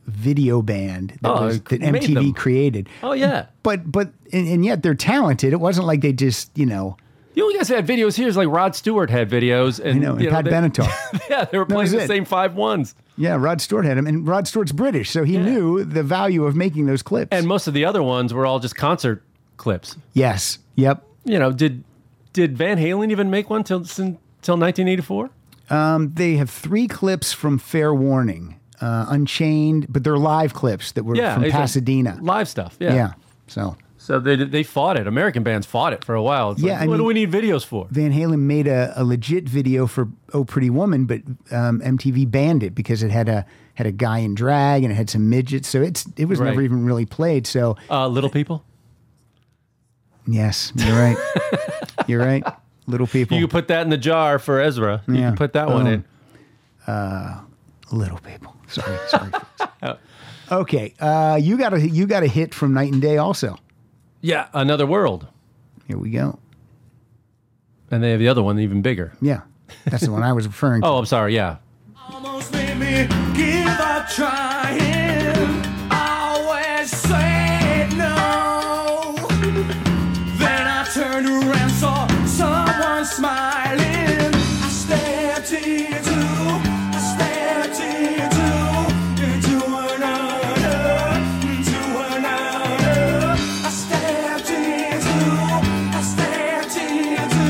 video band that, Oh, was, it that made MTV them. created. Oh, yeah. But but and, and yet they're talented. It wasn't like they just you know The only guys that had videos here is like Rod Stewart had videos. And, you know and Pat they- Benatar. Yeah, they were playing was the it. same five ones. yeah, Rod Stewart had him, and Rod Stewart's British, so he knew the value of making those clips. And most of the other ones were all just concert clips. yes, yep. You know, did did Van Halen even make one till sin- till 1984? Um, They have three clips from Fair Warning, uh, Unchained, but they're live clips that were Yeah, from it's a- Pasadena. live stuff. Yeah. yeah. so So they they fought it. American bands fought it for a while. It's Yeah, like, I what do mean- we need videos for? Van Halen made a, a legit video for "Oh Pretty Woman," but um, MTV banned it because it had a had a guy in drag and it had some midgets. So it's it was never Right. even really played. So Uh, little people. yes, you're right. you're right. Little people, You could put that in the jar for Ezra. You Yeah. can put that one Um, in. little people. Sorry, sorry. Oh. folks. okay, uh, you got a you got a hit from Night and Day. Also, Yeah, another world. here we go. And they have the other one even bigger. Yeah, that's the one I was referring to. Oh, I'm sorry. Yeah. Almost made me give up trying. Always said no. Then I turned around, saw someone smiling. I stepped into, I stepped into, into another, into another. I stepped into, I stepped into,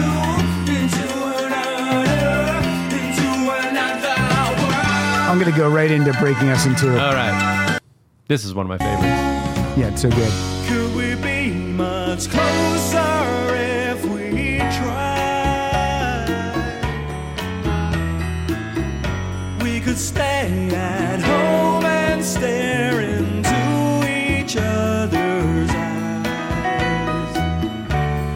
into another, into another world. I'm gonna go right into breaking us into it. All right. This is one of my favorites. yeah, it's so good. Could we be much closer if we tried? We could stay at home and stare into each other's eyes.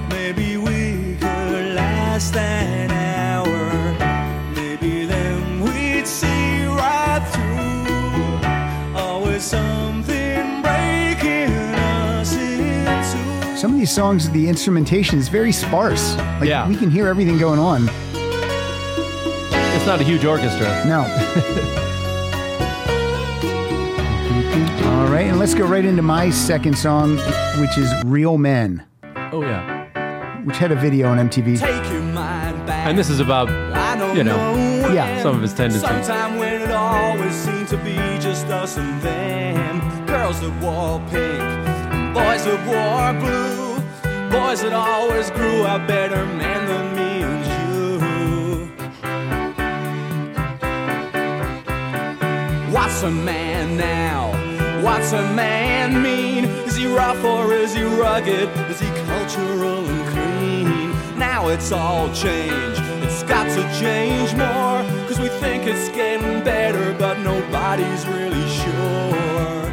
Maybe we could last an hour. Maybe then we'd see right through always something breaking us in two. Some of these songs, the instrumentation is very sparse. Like, Yeah. we can hear everything going on. It's not a huge orchestra. No. All right, and let's go right into my second song, which is Real Men, Oh yeah. which had a video on MTV. Take your mind back. And this is about I don't you know, when. yeah, some of his tendencies. Sometime when it always seemed to be just us and them. Girls that wore pink, boys that wore blue, boys that always grew a better man than me and you. What's a man now? What's a man mean? Is he rough or is he rugged? Is he cultural and clean? Now it's all changed. It's got to change more. Cause we think it's getting better, but nobody's really sure.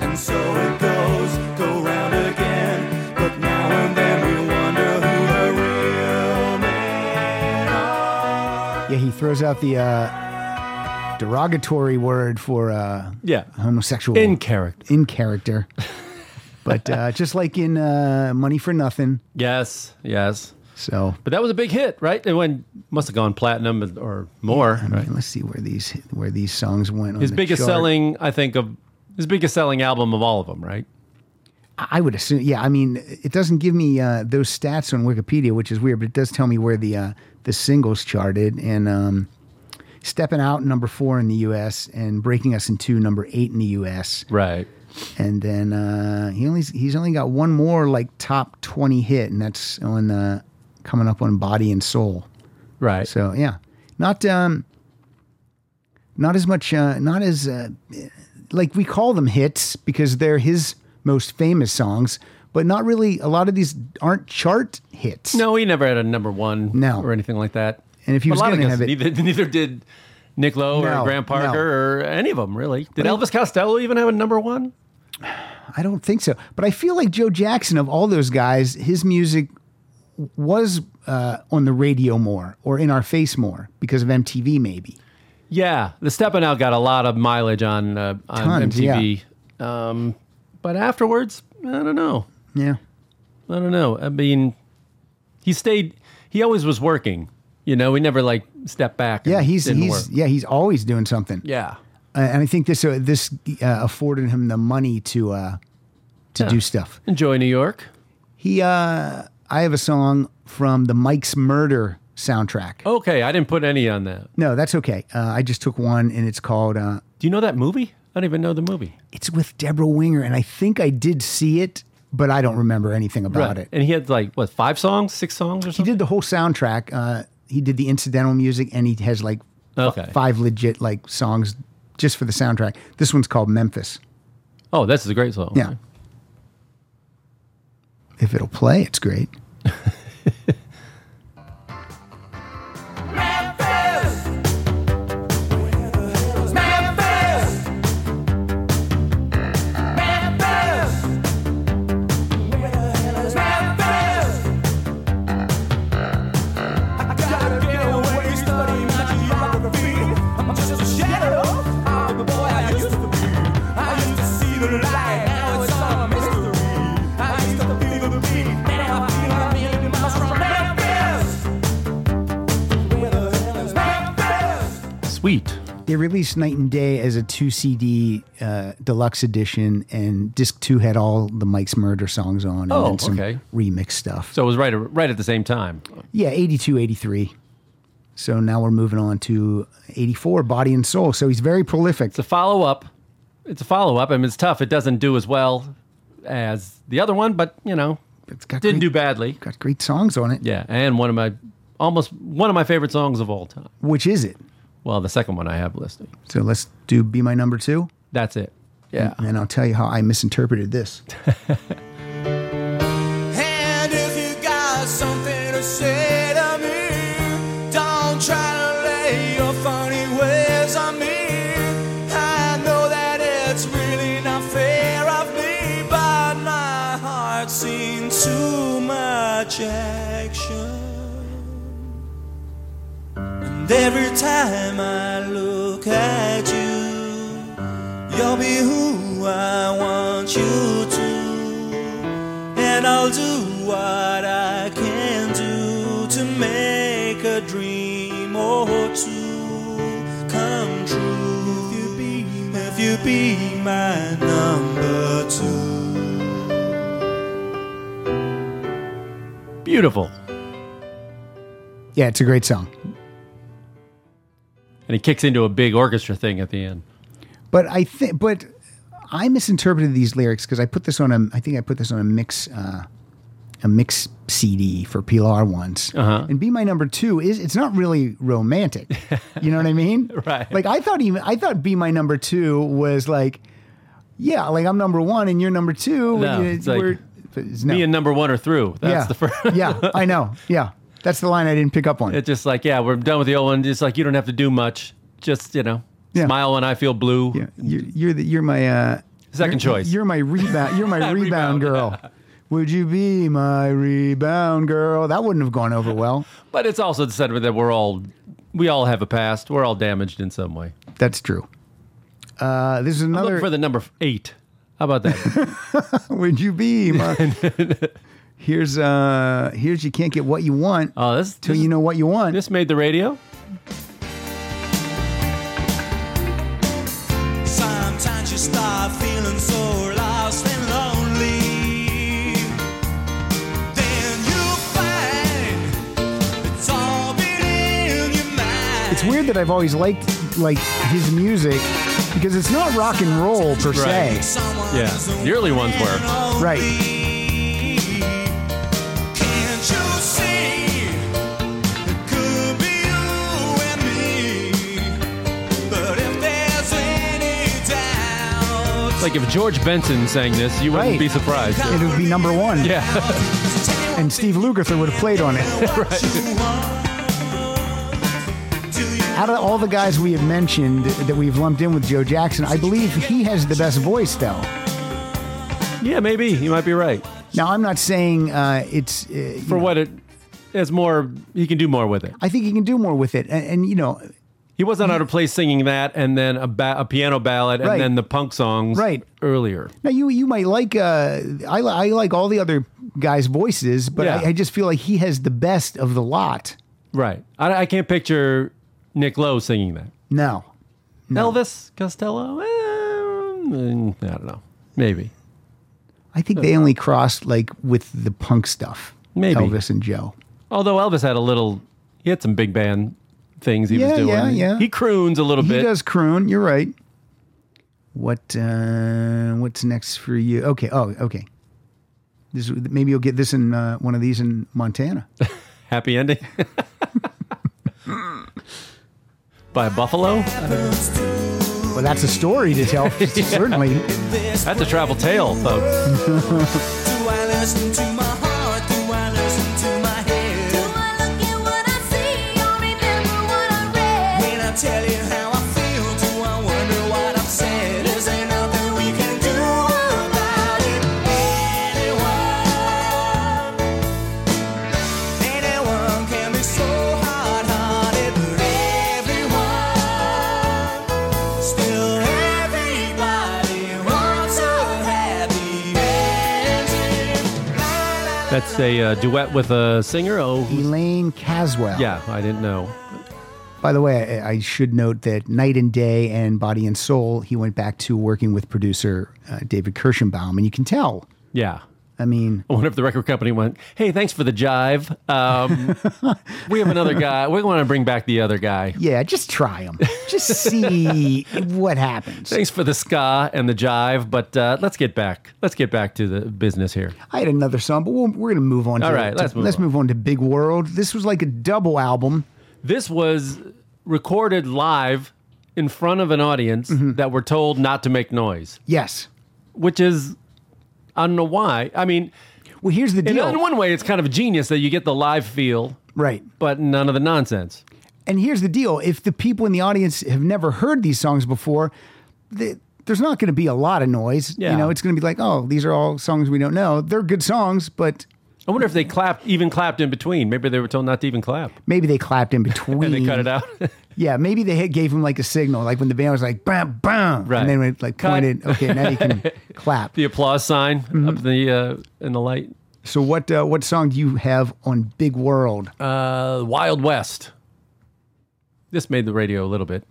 And so it goes, go round again. But now and then we wonder who the real men are. Yeah, he throws out the uh, derogatory word for uh, yeah. homosexual In character. in character. but uh, just like in uh, Money for Nothing, Yes. Yes. so But that was a big hit, right? It went must have gone platinum or more. I mean, let's see where these where these songs went. On His the biggest chart. selling, I think, of his biggest selling album of all of them, right? I would assume, yeah. I mean, it doesn't give me uh, those stats on Wikipedia, which is weird, but it does tell me where the uh, the singles charted and um, stepping out number four in the U.S. and breaking us in two number eight in the U.S. Right. And then uh, he only he's only got one more like top twenty hit, and that's on uh, coming up on Body and Soul. Right. So yeah, not um, not as much, uh, not as uh, like we call them hits because they're his most famous songs, but not really. A lot of these aren't chart hits. No, he never had a number one No. or anything like that. And if he was But gonna Laticus, have it- neither, neither did Nick Lowe No, or Graham Parker no. or any of them really. Did Elvis Costello even have a number one? I don't think so. But I feel like Joe Jackson, of all those guys, his music was uh, on the radio more or in our face more because of MTV, maybe. Yeah, the Steppin' Out got a lot of mileage on uh, on Tons, MTV. Um, but afterwards, I don't know. Yeah. I don't know. I mean, he stayed. He always was working. You know, he never like stepped back. and Yeah, he's didn't he's work. yeah he's always doing something. yeah. Uh, and I think this uh, this uh, afforded him the money to uh, to do stuff. Enjoy New York. He, uh, I have a song from the Mike's Murder soundtrack. Okay, I didn't put any on that. No, that's okay. Uh, I just took one, and it's called. Uh, Do you know that movie? I don't even know the movie. it's with Deborah Winger, and I think I did see it, but I don't remember anything about it. And he had like what five songs, six songs or He something. did the whole soundtrack. Uh, he did the incidental music, and he has like f- Okay. five legit like songs just for the soundtrack. This one's called Memphis. Oh, this is a great song. Yeah. If it'll play, it's great. Sweet. They released Night and Day as a two CD uh, deluxe edition, and disc two had all the Mike's Murder songs on, and Oh, then some okay. remix stuff. So it was right right at the same time. Yeah, 82, 83. So now we're moving on to 84, Body and Soul. So he's very prolific. It's a follow up. It's a follow up. I mean, it's tough. It doesn't do as well as the other one, but you know, It's got didn't do great, badly. got great songs on it. Yeah, and one of my almost one of my favorite songs of all time. Which is it? Well, the second one I have listed. So let's do Be My Number Two, That's it. Yeah. and I'll tell you how I misinterpreted this. And if you got something to say to me, don't try to lay your funny ways on me. I know that it's really not fair of me, but my heart's seen too much action. And every time I look at you, you'll be who I want you to and I'll do what I can do to make a dream or two come true. If you be, if you be my number two. Beautiful. Yeah, it's a great song. And he kicks into a big orchestra thing at the end. But I think, but I misinterpreted these lyrics because I put this on a, I think I put this on a mix, uh, a mix CD for Pilar once. Uh-huh. And be my number two is it's not really romantic. you know what I mean? Right. Like I thought even I thought be my number two was like, yeah, like I'm number one and you're number two. No, and it's like, but it's no. Me and number one are through. That's yeah, the first. yeah, I know. Yeah, that's the line I didn't pick up on. It's just like, yeah, we're done with the old one. Just like you don't have to do much. Just you know, Yeah. smile when I feel blue. Yeah, you're you're, the, you're my uh, 2nd you're- choice. You're my rebound. You're my rebound Rebound. girl. Would you be my rebound girl? That wouldn't have gone over well. But it's also the sentiment that we're all, we all have a past. We're all damaged in some way. That's true. Uh, this is another. Look for the number eight. How about that? Would you be my? here's uh, here's you can't get what you want Oh, this, till this- you know what you want. This made the radio. Sometimes you start feeling so lost and lonely. Then you find it's all been in your mind. it's weird that I've always liked like his music because it's not rock and roll per Right. se. Someone Yeah. is The early ones were. only. Right. Can't you see? It could be you and me. But if there's any doubt, like if George Benson sang this, you wouldn't Right. be surprised. It would be number one. Yeah, And Steve Lukather would have played on it. Out of all the guys we have mentioned that we've lumped in with Joe Jackson, I believe he has the best voice, though. yeah, maybe you might be right. Now, I'm not saying uh, it's. Uh, you For know, what it, it's more, he can do more with it. I think he can do more with it. And, and you know, He wasn't out of place singing that, and then a, ba- a piano ballad, and Right. then the punk songs Right. earlier. now you you might like. Uh, I, li- I like all the other guys' voices, but Yeah. I, I just feel like he has the best of the lot. Right. I, I can't picture Nick Lowe singing that. No. Elvis Costello? Um, I don't know. Maybe. I think they only crossed like with the punk stuff. Maybe. Elvis and Joe. Although Elvis had a little, he had some big band things he Yeah, was doing. yeah, yeah. He croons a little He bit. does croon. You're right. What uh, what's next for you? Okay. Oh, okay. This maybe you'll get this in uh, one of these in Montana. Happy ending. By a buffalo? Well, that's a story to tell. Certainly. That's a travel tale, folks. Do I listen to my heart? Do I listen to my head? Can I tell you how I feel? Do I wonder what I've said? Is there nothing we can do about it? Anyone, anyone can be so hard-hearted, but everyone, still everybody wants a happy ending. That's a uh, duet with a singer. Oh, who's- Elaine Caswell. yeah, I didn't know. By the way, I, I should note that Night and Day and Body and Soul, he went back to working with producer uh, David Kirschenbaum, and you can tell. Yeah. I mean, I wonder if the record company went, hey, thanks for the jive. Um, we have another guy. We want to bring back the other guy. yeah, just try them. Just see what happens. Thanks for the ska and the jive, but uh, let's get back. Let's get back to the business here. I had another song, but we'll, we're going to move on. All to, right, to- let's move on. to Big World. This was like a double album. This was recorded live in front of an audience that were told not to make noise, Yes. which is I don't know why. I mean, Well, here's the in, deal. in one way, it's kind of genius that you get the live feel, right. but none of the nonsense. And here's the deal: if the people in the audience have never heard these songs before, the, there's not going to be a lot of noise. Yeah. You know, it's going to be like, oh, these are all songs we don't know. They're good songs, but I wonder if they clapped, even clapped in between. Maybe they were told not to even clap, maybe they clapped in between. and they cut it out. Yeah, maybe they had- gave him like a signal, like when the band was like, bam, bam, Right. and then it like Cut. pointed. Okay, now you can clap. the applause sign up the uh, in the light. So, what uh, what song do you have on Big World? Uh, Wild West. This made the radio a little bit.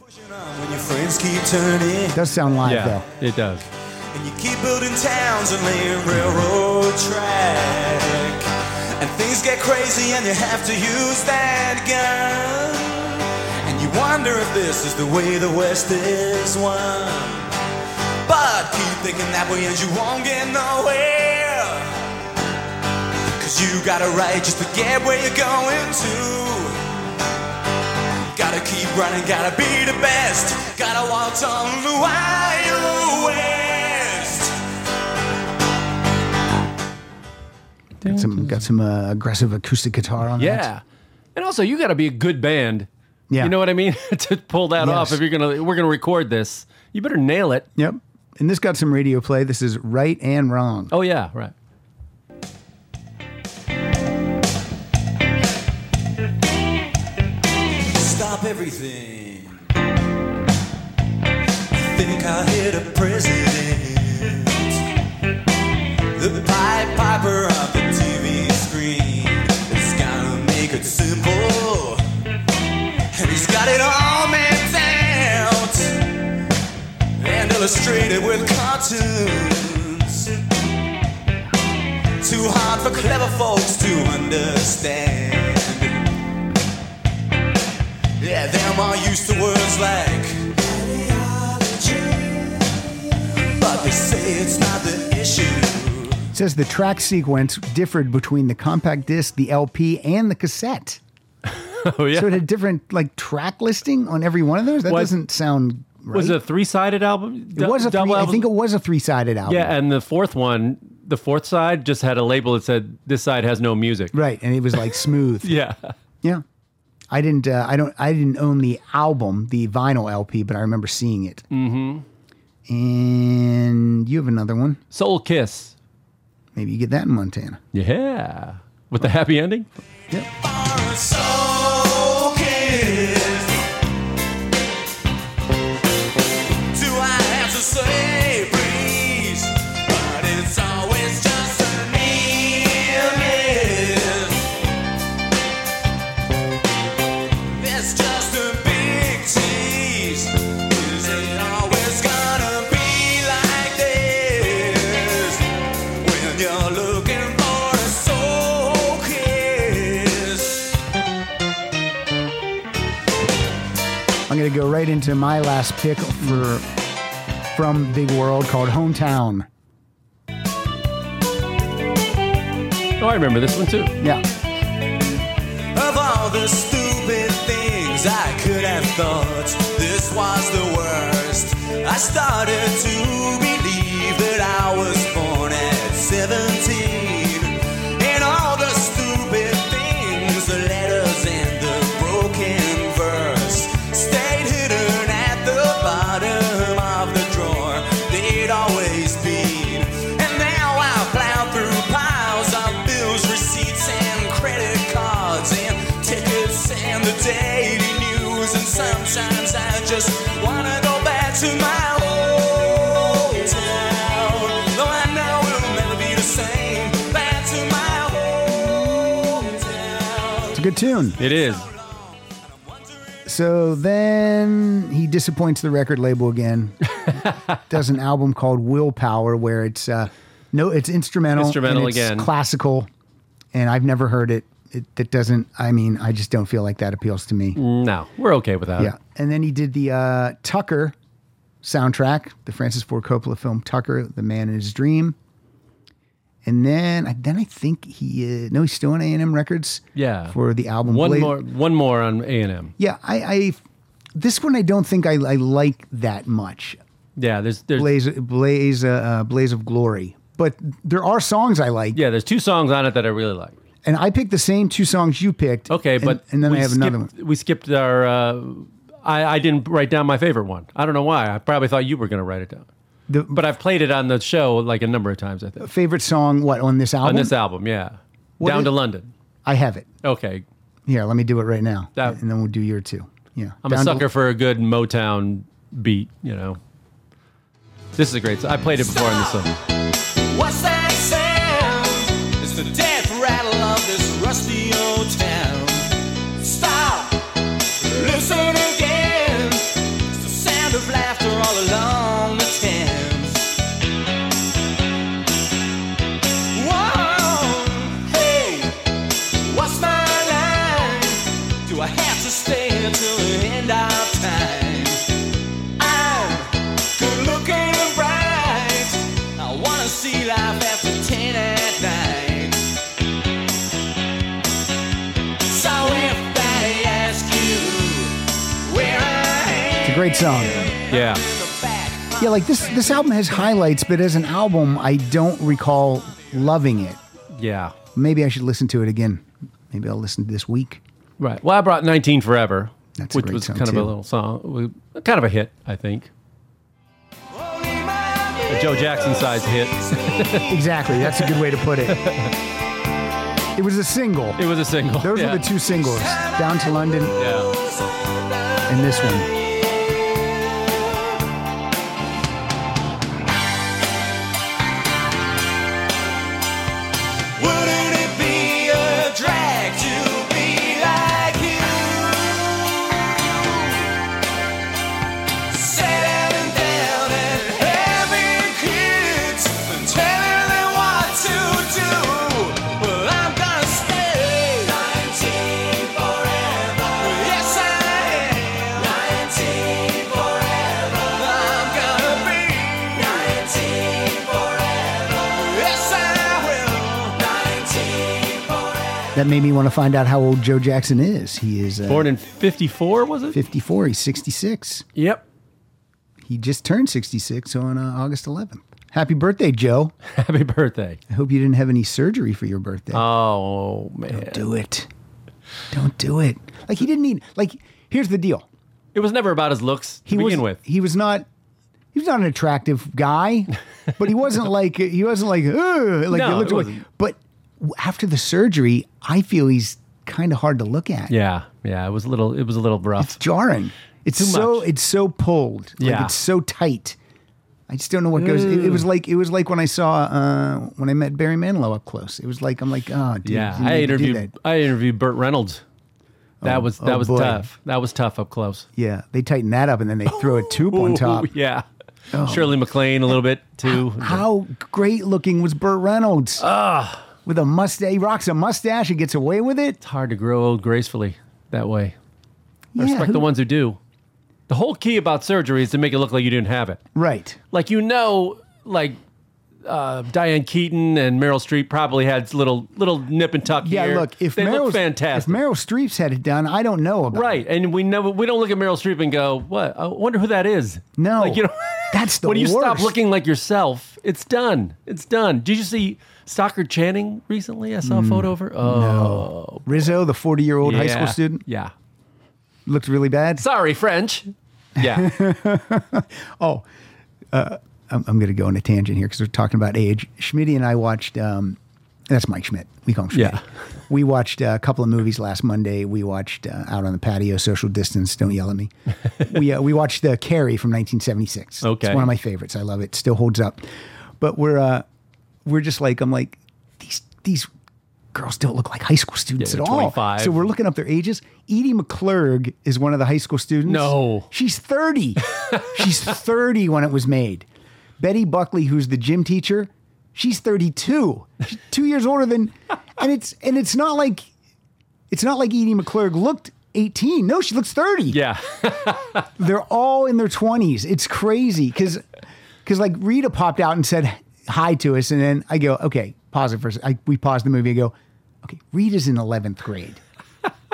Pushing on when your friends keep turning. Does sound live Yeah, though. it does. And you keep building towns and laying railroad track. And things get crazy and you have to use that gun. And you wonder if this is the way the West is won. But keep thinking that way and you won't get nowhere. Cause you got a right just to get where you're going to. Gotta keep running, gotta be the best. Gotta walk on the wild west. Got some got some uh, aggressive acoustic guitar on that. Yeah. And also, you got to be a good band. Yeah. You know what I mean? to pull that off, Yes. if you're gonna, we're gonna record this, you better nail it. Yep. And this got some radio play. This is right and wrong. Oh yeah, right. Stop everything. Think I hit a president. The Pied Piper of the TV screen. It's gotta make it simple. And he's got it all mapped out and illustrated with cartoons. Too hard for clever folks to understand. Yeah, them are used to words like ideology, but they say it's not the issue. It says the track sequence differed between the compact disc, the LP, and the cassette. Oh yeah. So it had different like track listing on every one of those. That What? doesn't sound Was it a three sided album? It was a three, I think it was a three-sided album. yeah, and the fourth one, the fourth side just had a label that said this side has no music. right, and it was like smooth. Yeah. Yeah. I didn't. Uh, I don't. I didn't own the album, the vinyl LP, but I remember seeing it. Mm-hmm. And you have another one. Soul Kiss. Maybe you get that in Montana. Yeah. With the happy ending? Just a big tease. Is it always gonna be like this? When you're looking for a soul kiss. I'm gonna go right into my last pick for from Big World called "Hometown." Oh, I remember this one too. Yeah. Of all the stupid things I could have thought, this was the worst. I started to believe that I was born at 17. And all the stupid things, the letters and the broken verse, stayed hidden at the bottom of the drawer. They'd always be. And now I plow through piles of bills, receipts, and credit cards, and tickets, and the daily news. And sometimes I just wanna go back to my old town. Though I know it'll never be the same. Back to my old town. It's a good tune. It is. So then he disappoints the record label again. Does an album called Willpower where it's uh, no, it's instrumental, and Instrumental it's again. classical, and I've never heard it. It that doesn't. I mean, I just don't feel like that appeals to me. No, we're okay without Yeah, it. and then he did the uh, Tucker soundtrack, the Francis Ford Coppola film Tucker, The Man in His Dream, and then I then I think he uh, no, he's still on A and M Records. Yeah. for the album One Blade- more one more on A and M. yeah, I, I this one I don't think I, I like that much. Yeah, there's there's Blaze, blaze, uh, uh, blaze of glory. But there are songs I like, yeah, there's two songs on it that I really like. and I picked the same two songs you picked. Okay, and- but and then we I have another one. skipped- We skipped our. Uh, I I didn't write down my favorite one. I don't know why. I probably thought you were going to write it down. The But I've played it on the show like a number of times. I think favorite song, what on this album? on this album, yeah. What down is- to London. I have it Okay, here. Let me do it right now, That- and then we'll do your two. Yeah, I'm Down a to- sucker for a good Motown beat. You know, this is a great. song. I played it before on the song. What's that sound? It's the death rattle of this rusty old town. Stop, listen again. It's the sound of laughter all along the Thames. Whoa, hey, what's my line? Do I have to stay until the end of time? I'm good looking and bright. I wanna see life after ten at night. So if they ask you where I am, It's a great song. Yeah, the back Yeah, like this. This album has highlights, but as an album, I don't recall loving it. yeah. Maybe I should listen to it again. Maybe I'll listen this week. Right. Well, I brought 19 Forever, That's a which great was song, kind of too. a little song, kind of a hit, I think. Only my A Joe Jackson sized hit. Exactly. That's a good way to put it. it was a single. It was a single. Those yeah. were the two singles, Down to London Yeah. and this one. Wouldn't it be a drag to be like you? Sitting down and having kids and telling them what to do. Well, I'm gonna stay 19 forever. Yes, I am. 19 forever. I'm gonna be 19 forever. Yes, I will. That made me want to find out how old Joe Jackson is. He is uh, Born in 54, was it? 54. He's 66. Yep. He just turned 66 on uh, August 11th. Happy birthday, Joe. Happy birthday. I hope you didn't have any surgery for your birthday. Oh, man. do it. Don't do it. Like he didn't need. Like here's the deal. It was never about his looks to He begin was. with. He was not. He was not an attractive guy, but he wasn't like he wasn't like Ugh, like he No, looked it away. wasn't. But w- after the surgery, I feel he's kind of hard to look at. Yeah, yeah. It was a little. It was a little rough. It's jarring. It's Too so much. it's so pulled. Like, Yeah. Mm. it's so tight. I just don't know what goes. It, it was like it was like when I saw uh, when I met Barry Manilow up close. It was like I'm like oh dude, Yeah, you I need to do interviewed. that." I interviewed Burt Reynolds. That was that oh, was boy. tough. That was tough up close. Yeah, they tighten that up and then they throw a tube on top. Ooh, yeah. Shirley MacLaine a little bit too. Oh. How great looking was Burt Reynolds? Ah, with a mustache, he rocks a mustache and gets away with it. It's hard to grow old gracefully that way. I respect who- the ones who do. The whole key about surgery is to make it look like you didn't have it. Right. Like you know, like uh, Diane Keaton and Meryl Streep probably had little little nip and tuck Yeah. here. Look, if they Meryl's, look fantastic, if Meryl Streep's had it done, I don't know about. right? And we never we don't look at Meryl Streep and go, "What? Oh, I wonder who that is." No. like you know, That's the when you stop worst. looking like yourself, it's done. It's done. Did you see Stockard Channing recently? I saw a Mm. photo of her. Oh, it. Rizzo, the forty-year-old high yeah. school student, Yeah. looked really bad. Sorry, French. Yeah. I'm, I'm going to go on a tangent here because we're talking about age. Schmitty and I watched. Um, that's Mike Schmidt. We call him Schmidt. Yeah. We watched uh, a couple of movies last Monday. We watched uh, Out on the Patio, Social Distance. Don't yell at me. we uh, we watched the Carrie from 1976. Okay. it's one of my favorites. I love it. Still holds up. But we're uh, we're just like I'm like these these girls don't look like high school students they're at all. 25. So we're looking up their ages. Edie McClurg is one of the high school students. No. She's 30. she's 30 when it was made. Betty Buckley, who's the gym teacher, she's 32. She's two years older than and it's and it's not like it's not like Edie McClurg looked 18. No, she looks 30. yeah. They're all in their 20s. It's crazy cuz cuz like Rita popped out and said hi to us and then I go, "Okay, pause it for a sec. I, we pause the movie and go, "Okay, Rita's in 11th grade."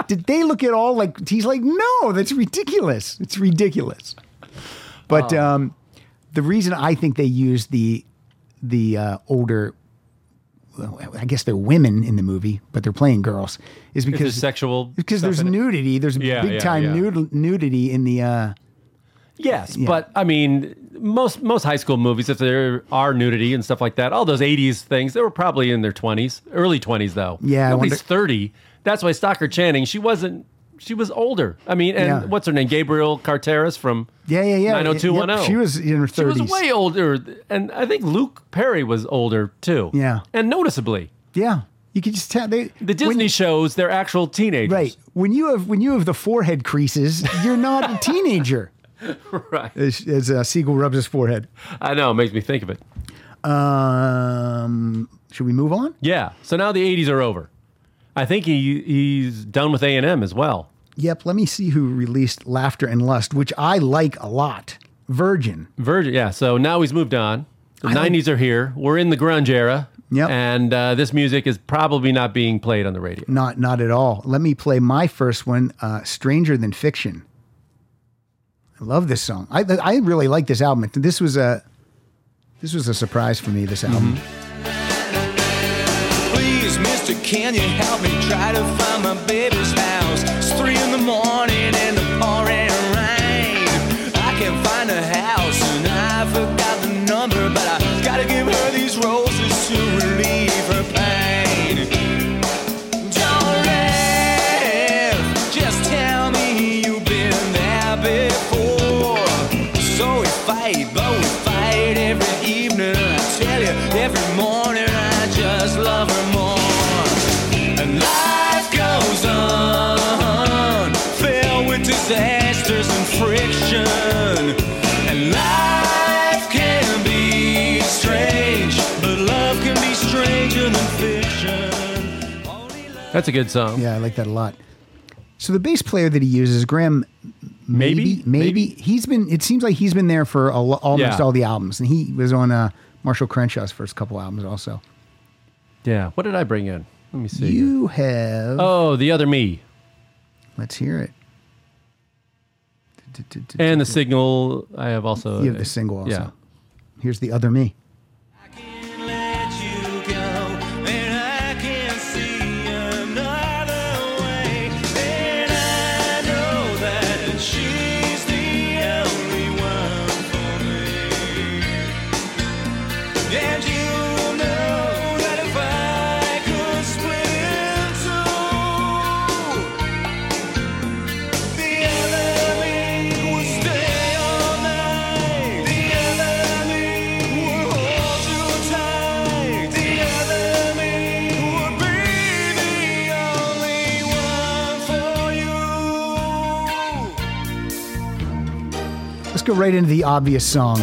Did they look at all like he's like, "No, that's ridiculous. It's ridiculous." But Oh. um the reason I think they used the the uh, older well, I guess they're women in the movie, but they're playing girls is because There's sexual. because stuff there's in it. nudity. There's Yeah, big yeah, time yeah. nud- nudity in the. Uh, Yes, but I mean, most most high school movies, if there are nudity and stuff like that, all those '80s things, they were probably in their 20s, early 20s though. Yeah, I nobody's wonder- 30. That's why Stockard Channing, she wasn't. She was older. I mean, and Yeah. what's her name? Gabriel Carteris from yeah, yeah, yeah. 90210. Yep, she was in her oh. She was thirties. way older, and I think Luke Perry was older too. Yeah. and noticeably, yeah, you could just tell they the Disney when, shows they're actual teenagers. right when you have when you have the forehead creases, you're not a teenager. right. As, as uh, Siegel rubs his forehead. I know. It makes me think of it. Um, should we move on? Yeah. So now the '80s are over. I think he he's done with A and M as well. Yep. Let me see who released "Laughter and Lust," which I like a lot. Virgin. Virgin. Yeah. So now he's moved on. The '90s are here. We're in the grunge era. Yep. And uh, this music is probably not being played on the radio. Not not at all. Let me play my first one, uh, "Stranger Than Fiction." I love this song. I I really like this album. This was a this was a surprise for me. This album. Mm-hmm. Please, mister, can you help me try to find my baby's house? It's three in the morning and the pouring rain. I can't find a house and I forgot the number, but I gotta give her these roses to relieve her pain. Don't laugh, just tell me you've been there before. So we fight, but we fight every evening. I tell you, every morning I just love her more. And life goes on, filled with disasters and friction. And life can be strange, but love can be stranger than fiction. Only love- That's a good song. Yeah, I like that a lot. So the bass player that he uses, Graham, maybe, maybe, Maybe? he's been. It seems like he's been there for a, lo- almost Yeah. all the albums, and he was on uh, Marshall Crenshaw's first couple albums also. Yeah. What did I bring in? Let me see. You have. Oh, the other me. Let's hear it. and the signal. I have also. You have the single also. Yeah. Here's the other me. Let's go right into the obvious song.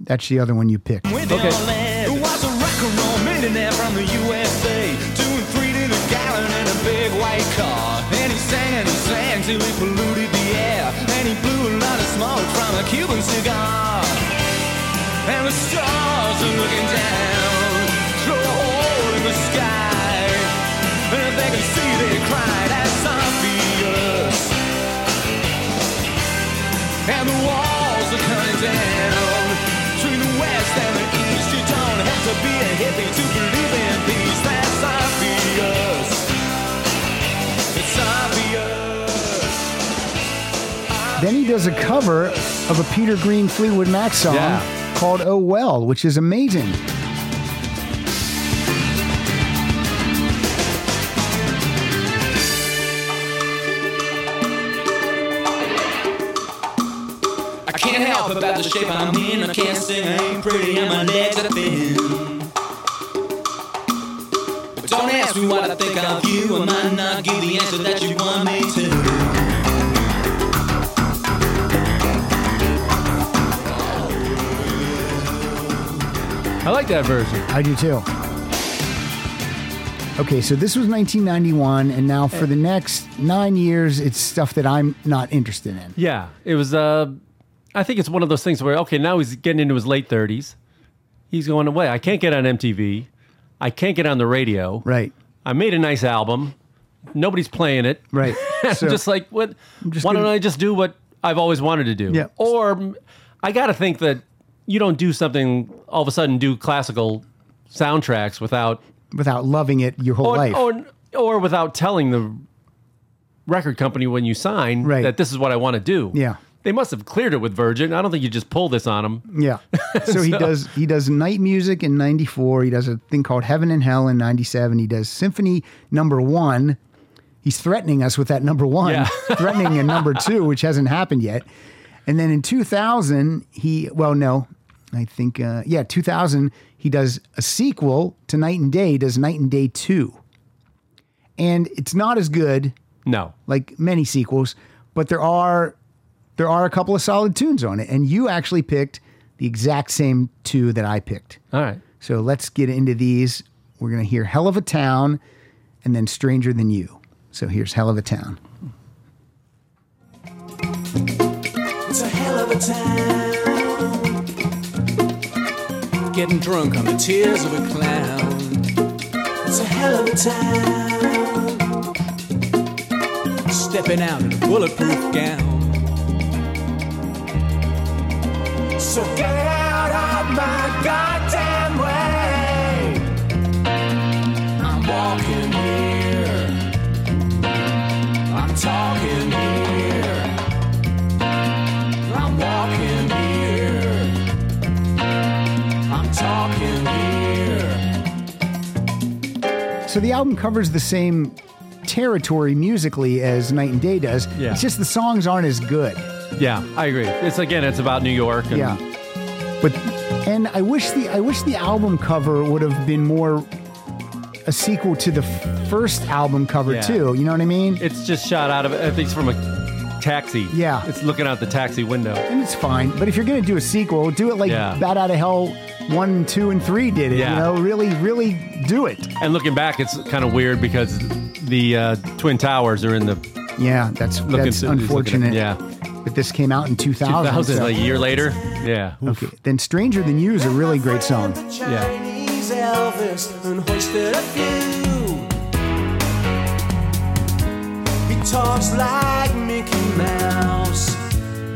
That's the other one you picked. With okay. Who was a rock and roll millionaire from the USA, doing three to the gallon in a big white car. And he sang and he sang till he polluted the air, and he blew a lot of smoke from a Cuban cigar. And the stars are looking down through a hole in the sky, and if they can see, they cry. That's obvious. And the walls are coming down between the west and the east. You don't have to be a hippie to believe in peace. That's obvious. It's obvious. Then he does a cover of a Peter Green Fleetwood Mac song Yeah. called Oh Well, which is amazing. I can't help about the shape I'm in. I can't sing, I ain't pretty, and my legs are thin. But don't ask me what I think of you. I might not give the answer that you want me to. I like that version. I do too. Okay, so this was 1991, and now for the next nine years, it's stuff that I'm not interested in. Yeah, it was. Uh, I think it's one of those things where okay, now he's getting into his late thirties. He's going away. I can't get on MTV. I can't get on the radio. Right, I made a nice album. Nobody's playing it. right. I'm So, just like what? just why don't gonna- I just do what I've always wanted to do? Yeah. Or mm, I got to think that you don't do something all of a sudden do classical soundtracks without without loving it your whole or, life. or or without telling the record company when you sign Right. that this is what I want to do. Yeah. They must have cleared it with Virgin. I don't think you just pull this on them. Yeah. So he does he does night music in 94, he does a thing called Heaven and Hell in 97, he does Symphony number 1. He's threatening us with that number 1, Yeah. threatening a number 2 which hasn't happened yet. And then in 2000, he well no, I think uh, yeah, 2000 he does a sequel to Night and Day, he does Night and Day 2. And it's not as good No. like many sequels, but there are there are a couple of solid tunes on it. And you actually picked the exact same two that I picked. All right. So let's get into these. We're gonna hear Hell of a Town and then Stranger Than You. So here's Hell of a Town. It's a hell of a time. Getting drunk on the tears of a clown. It's a hell of a time. Stepping out in a bulletproof gown. So get out of my goddamn way. I'm walking here. I'm talking here. I'm walking here. I'm talking here. So the album covers the same territory musically as Night and Day does. Yeah. It's just the songs aren't as good. Yeah, I agree. It's again, it's about New York. And Yeah. But and I wish the I wish the album cover would have been more a sequel to the f- first album cover Yeah. too. You know what I mean? It's just shot out of. I think it's from a taxi. Yeah. It's looking out the taxi window. and it's fine. But if you're gonna do a sequel, do it like Yeah. Bat Out of Hell one, two, and three did it. Yeah. You know, really, really do it. And looking back, it's kind of weird because the uh, twin towers are in the Yeah, that's looking. that's he's looking at- unfortunate. yeah. That this came out in 2000. 2000, so- like a year later. Yeah. Okay. Then Stranger Than You is a really great song. Yeah. Chinese Elvis and hoisted a few. He talks like Mickey Mouse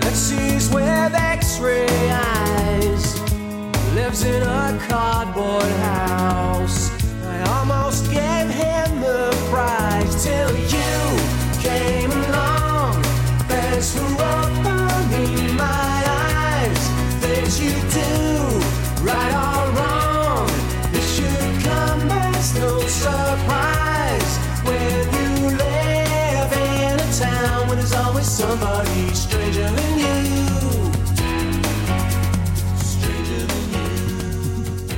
and sees with X-ray eyes. Lives in a cardboard house. I almost gave him the prize till you came along. Thanks for opening my eyes. Things you do, right or wrong, it should come as no surprise when you live in a town where there's always somebody stranger than you. Stranger than you.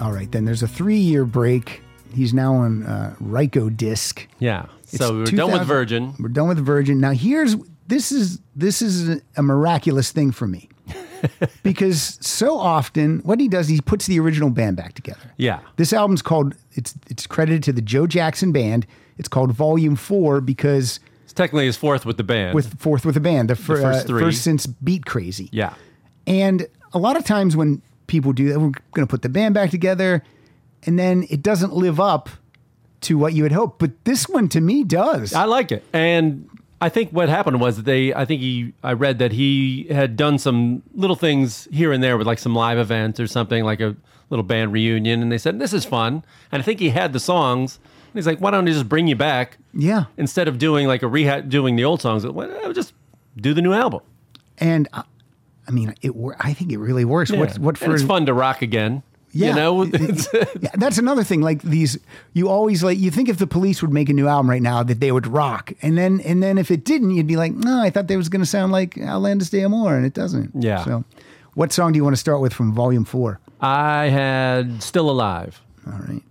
All right, then there's a three year break. He's now on uh, Ryko disc. Yeah. so we were It's done with 2000 Virgin. We're done with Virgin. Now here's this is this is a miraculous thing for me. because so often what he does he puts the original band back together. Yeah. This album's called it's it's credited to the Joe Jackson band. It's called Volume 4 because It's technically his fourth with the band. with fourth with a band, the, fir- first uh, three. first since Beat Crazy. yeah. And a lot of times when people do that, we're going to put the band back together, and then it doesn't live up to what you had hoped. But this one to me does. I like it. And I think what happened was that they, I think he, I read that he had done some little things here and there with like some live events or something, like a little band reunion. And they said, this is fun. And I think he had the songs. And he's like, why don't I just bring you back? yeah. Instead of doing like a rehat, doing the old songs, why don't I just do the new album. And I, I mean, it. wor- I think it really works. What? Yeah. What And for? it's fun to rock again. Yeah. You know, It- it- It's- Yeah, that's another thing. Like these, you always like you think if the police would make a new album right now that they would rock, and then and then if it didn't, you'd be like, no, I thought they was going to sound like Outlandish Day Amor, and it doesn't. Yeah. So, what song do you want to start with from Volume Four? I had Still Alive. All right.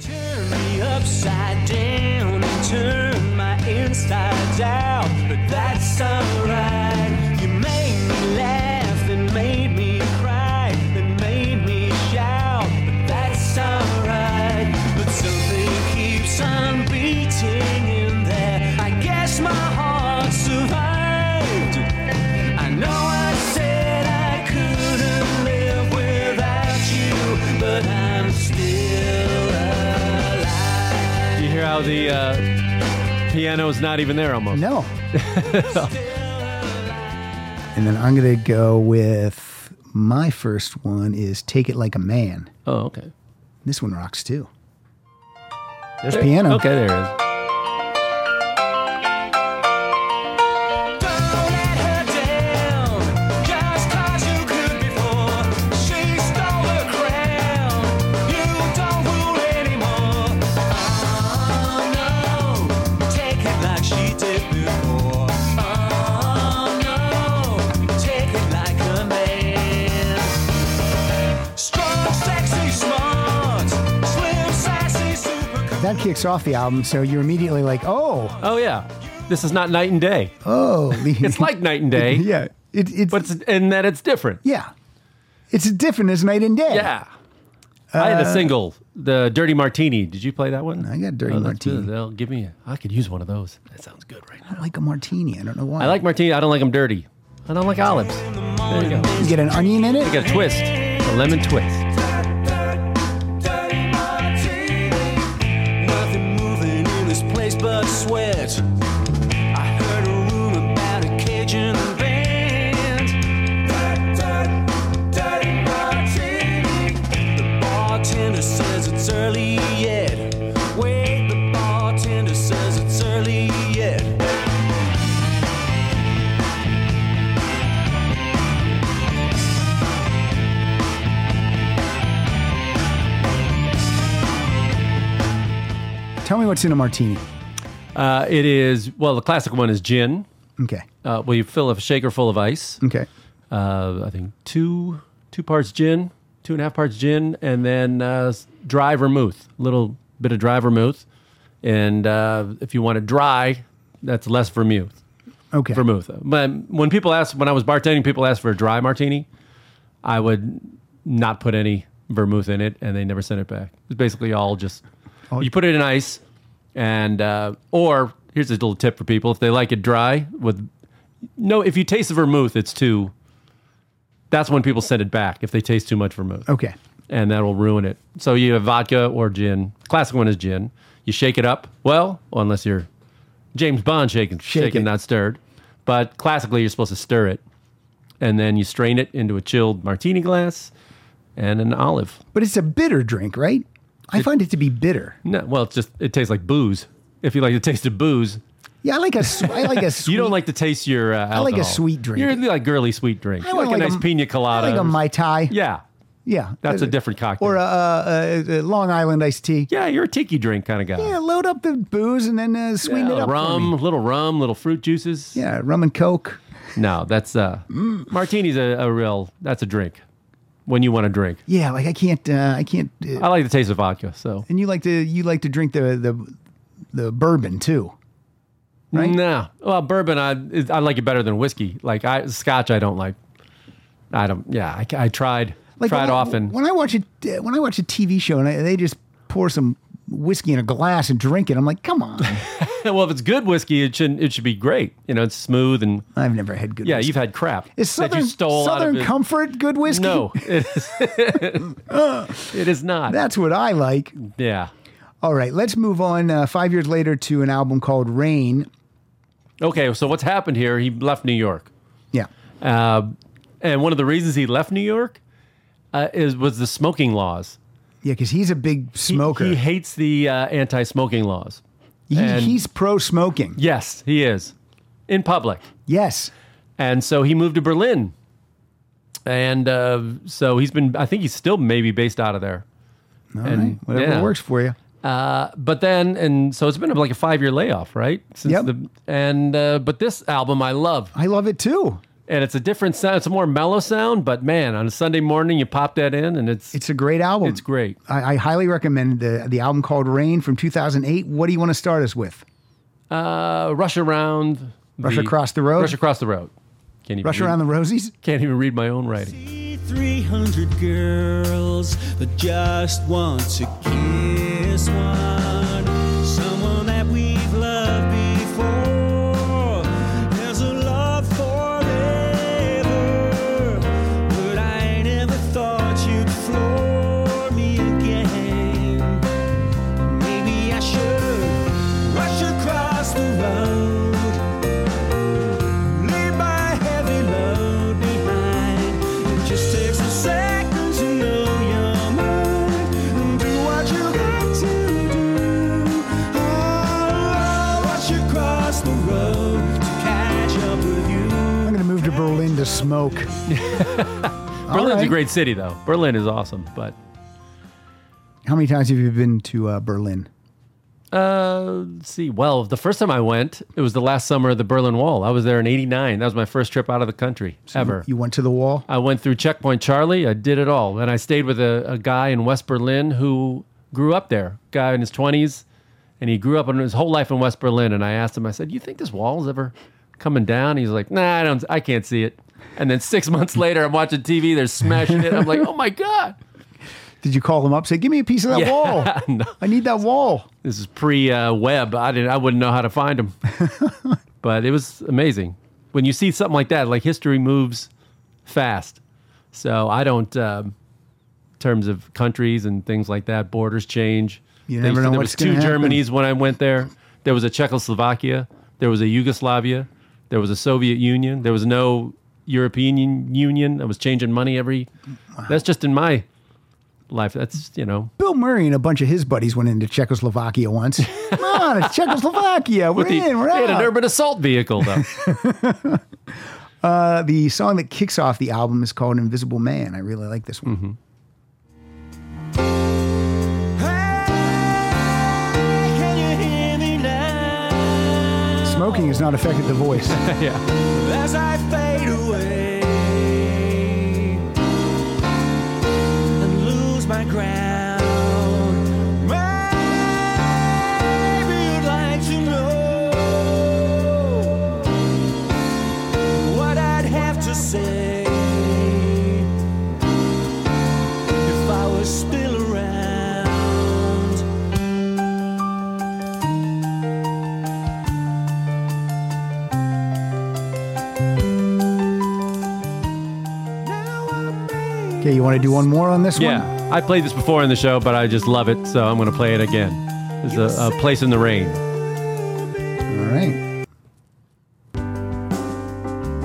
Turn me upside down and turn my insides out, but that's alright. You made me laugh and made me cry and made me shout, but that's alright. But something keeps on beating in there. I guess my heart survived. I know I said I couldn't live without you, but I'm still alive. You hear how the uh, piano's not even there almost. No. and then I'm going to go with my first one is Take It Like a Man. Oh, okay. This one rocks too. There's piano. Okay, there it is. Don't let her down, just 'cause you could before. She stole the crown. You don't rule anymore. Oh no, take it like she did before. Oh no, take it like a man. Strong, sexy, smart, slim, sassy, super cool. That kicks off the album, so you're immediately like, oh, Oh yeah, this is not night and day. oh. It's like night and day, yeah. It, it's, but it's, in that it's different. yeah. It's different as night and day. Yeah, Uh, I had a single, the Dirty Martini. Did you play that one? I got Dirty Oh, that's Martini. good. They'll give me. A, I could use one of those. That sounds good right I now. don't like a martini. I don't know why. I like martini. I don't like them dirty. I don't like olives. There you go. You get an onion in it. You got a twist, a lemon twist. Dirty martini. Nothing moving in this place but sweat. I heard a rumor about a Cajun band. Dirt, dirt, dirty martini. The bartender says it's early yet. Wait, the bartender says it's early yet. Tell me what's in a martini. Uh, it is well. The classic one is gin. Okay. Uh, well, you fill a shaker full of ice. Okay. uh, I think two two parts gin, two and a half parts gin, and then uh, s- dry vermouth, a little bit of dry vermouth. And uh, if you want it dry, that's less vermouth. Okay. Vermouth. But when people ask, when I was bartending, people asked for a dry martini. I would not put any vermouth in it, and they never sent it back. It's basically all just you put it in ice, and uh, or here's a little tip for people: if they like it dry, with no, if you taste the vermouth, it's too. That's when people send it back if they taste too much vermouth. Okay. and that'll ruin it. So you have vodka or gin. Classic one is gin. You shake it up. Well, unless you're James Bond shaking, Shake shaken, it. not stirred. But classically, you're supposed to stir it, and then you strain it into a chilled martini glass and an olive. But it's a bitter drink, right? I find it to be bitter. No, well, it's just it tastes like booze. If you like the taste of booze, Yeah, I like a, s- I like a sweet. you don't like to taste your uh, alcohol. like a sweet drink. You're like girly sweet drink. I I like, wanna a nice pina I colada. like a mai tai. yeah, yeah, Uh, that's a different cocktail. Or a, a, a, a Long Island iced tea. yeah, you're a tiki drink kind of guy. Yeah, load up the booze and then uh, sweeten it Yeah, up. for rum, me. little rum, little fruit juices. Yeah, rum and coke. No, that's uh, martini's a, a real. That's a drink when you want to drink. Yeah, like I can't. Uh, I can't. Uh, I like the taste of vodka, so and you like to you like to drink the the the bourbon too. Right? no. Well, bourbon, I is- I like it better than whiskey. Like I scotch, I don't like. I don't. Yeah, I, I tried Like tried when I- often. when I watch a when I watch a TV show and I, they just pour some whiskey in a glass and drink it. I'm like, come on. well, if it's good whiskey, it should it should be great. You know, it's smooth and I've never had good. yeah. whiskey. You've had crap Is that Southern you stole out of Southern it. Comfort good whiskey? No, it is, it is not. That's what I like. yeah. All right, let's move on. Uh, five years later to an album called Rain. Okay, so what's happened here? He left New York. Yeah. Uh, and one of the reasons he left New York uh, is was the smoking laws. Yeah, because he's a big He- smoker. He, hates the uh, anti-smoking laws. He- and- he's pro smoking. Yes, he is in public, Yes. and so he moved to Berlin. And uh, so he's been. I think he's still maybe based out of there. All right, Whatever yeah. Uh, works for you. But then, and so it's been like a five-year layoff, right? Since Yep. the And uh, but this album I love. I love it too. and it's a different sound. It's a more mellow sound, but man, on a Sunday morning you pop that in, and it's it's, It's a great album. great. I, I highly recommend the the album called Rain from 2008. What do you want to start us with? Uh, rush around, Rush Across the Road? rush across the road. Can't even Rush read, Around the Rosies? Can't even read my own writing. 300 girls that just want to kiss one. Someone that we've loved before. There's a love forever. But I never thought you'd floor me again. Maybe I should rush across the road. Leave my heavy load behind. It just takes a second to know you're mine. Do what you got to do. Oh, I'll rush across the road to catch up with you. I'm going to move to Berlin to smoke. Berlin's a right. great city, though. Berlin is awesome, but How many times have you been to uh, Berlin? uh, let's see. Well, the first time I went, it was the last summer of the Berlin Wall. I was there in '89. That was my first trip out of the country ever. You went to the wall? I went through Checkpoint Charlie. I did it all. And I stayed with a, a guy in West Berlin who grew up there, guy in his 20s. And he grew up in his whole life in West Berlin. And I asked him, I said, You think this wall's ever coming down? He's like, Nah, I, don't, I can't see it. And then six months later, I'm watching TV. They're smashing it. I'm like, Oh my God. Did you call him up? Say, give me a piece of that wall. No. I need that wall. This is pre uh, web. I, didn't, I wouldn't know how to find them. but it was amazing. When you see something like that, like history moves fast. So I don't, um, in terms of countries and things like that, borders change. You They never said know there what's was two gonna happen. Germanys when I went there. There was a Czechoslovakia. There was a Yugoslavia. There was a Soviet Union. There was no European Un- Union. I was changing money every. That's just in my life. That's you know Bill Murray and a bunch of his buddies went into Czechoslovakia once. Come on, it's Czechoslovakia. We're the- in, we're they had an out. urban assault vehicle though. Uh, the song that kicks off the album is called Invisible Man. I really like this one. Can you hear me now? Mm-hmm. Smoking has not affected the voice. yeah. as I fade away and lose my ground. Maybe you'd like to know what I'd have to say if I was still around. Okay, you want to do one more on this one? Yeah. I played this before in the show, but I just love it, so I'm going to play it again. It's a, a place in the rain. All right.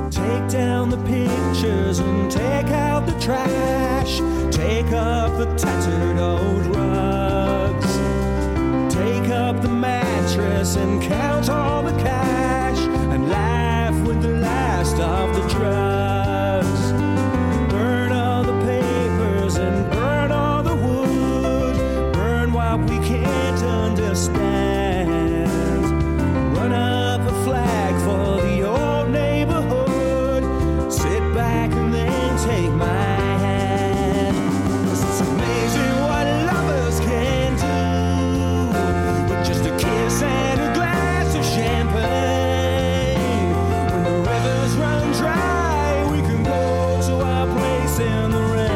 Take down the pictures and take out the trash. Take up the tattered old rugs. Take up the mattress and count all the cash. And laugh with the last of the drugs. Burn all the papers and burn all the wood. Burn what we can't understand. Run up a flag for the old neighborhood. Sit back and then take my hand. 'Cause it's amazing what lovers can do. With just a kiss and a glass of champagne. When the rivers run dry, we can go to our place in the rain.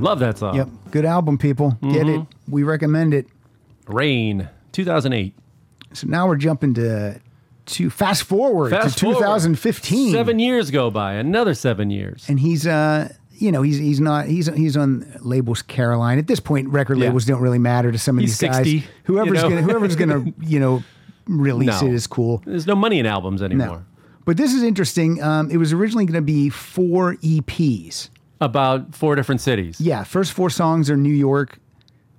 Love that song. Yep. Good album, people. Get it. Mm-hmm. We recommend it. Rain, 2008. So now we're jumping to to fast forward Fast to forward. 2015. Seven years go by, another seven years. and he's uh you know he's he's not he's he's on labels Caroline at this point record Yeah. labels don't really matter to some of He's these guys 60, whoever's you know? gonna whoever's gonna you know release No. it is cool There's no money in albums anymore. but this is interesting um it was originally gonna be four EPs About four different cities. yeah first four songs are New York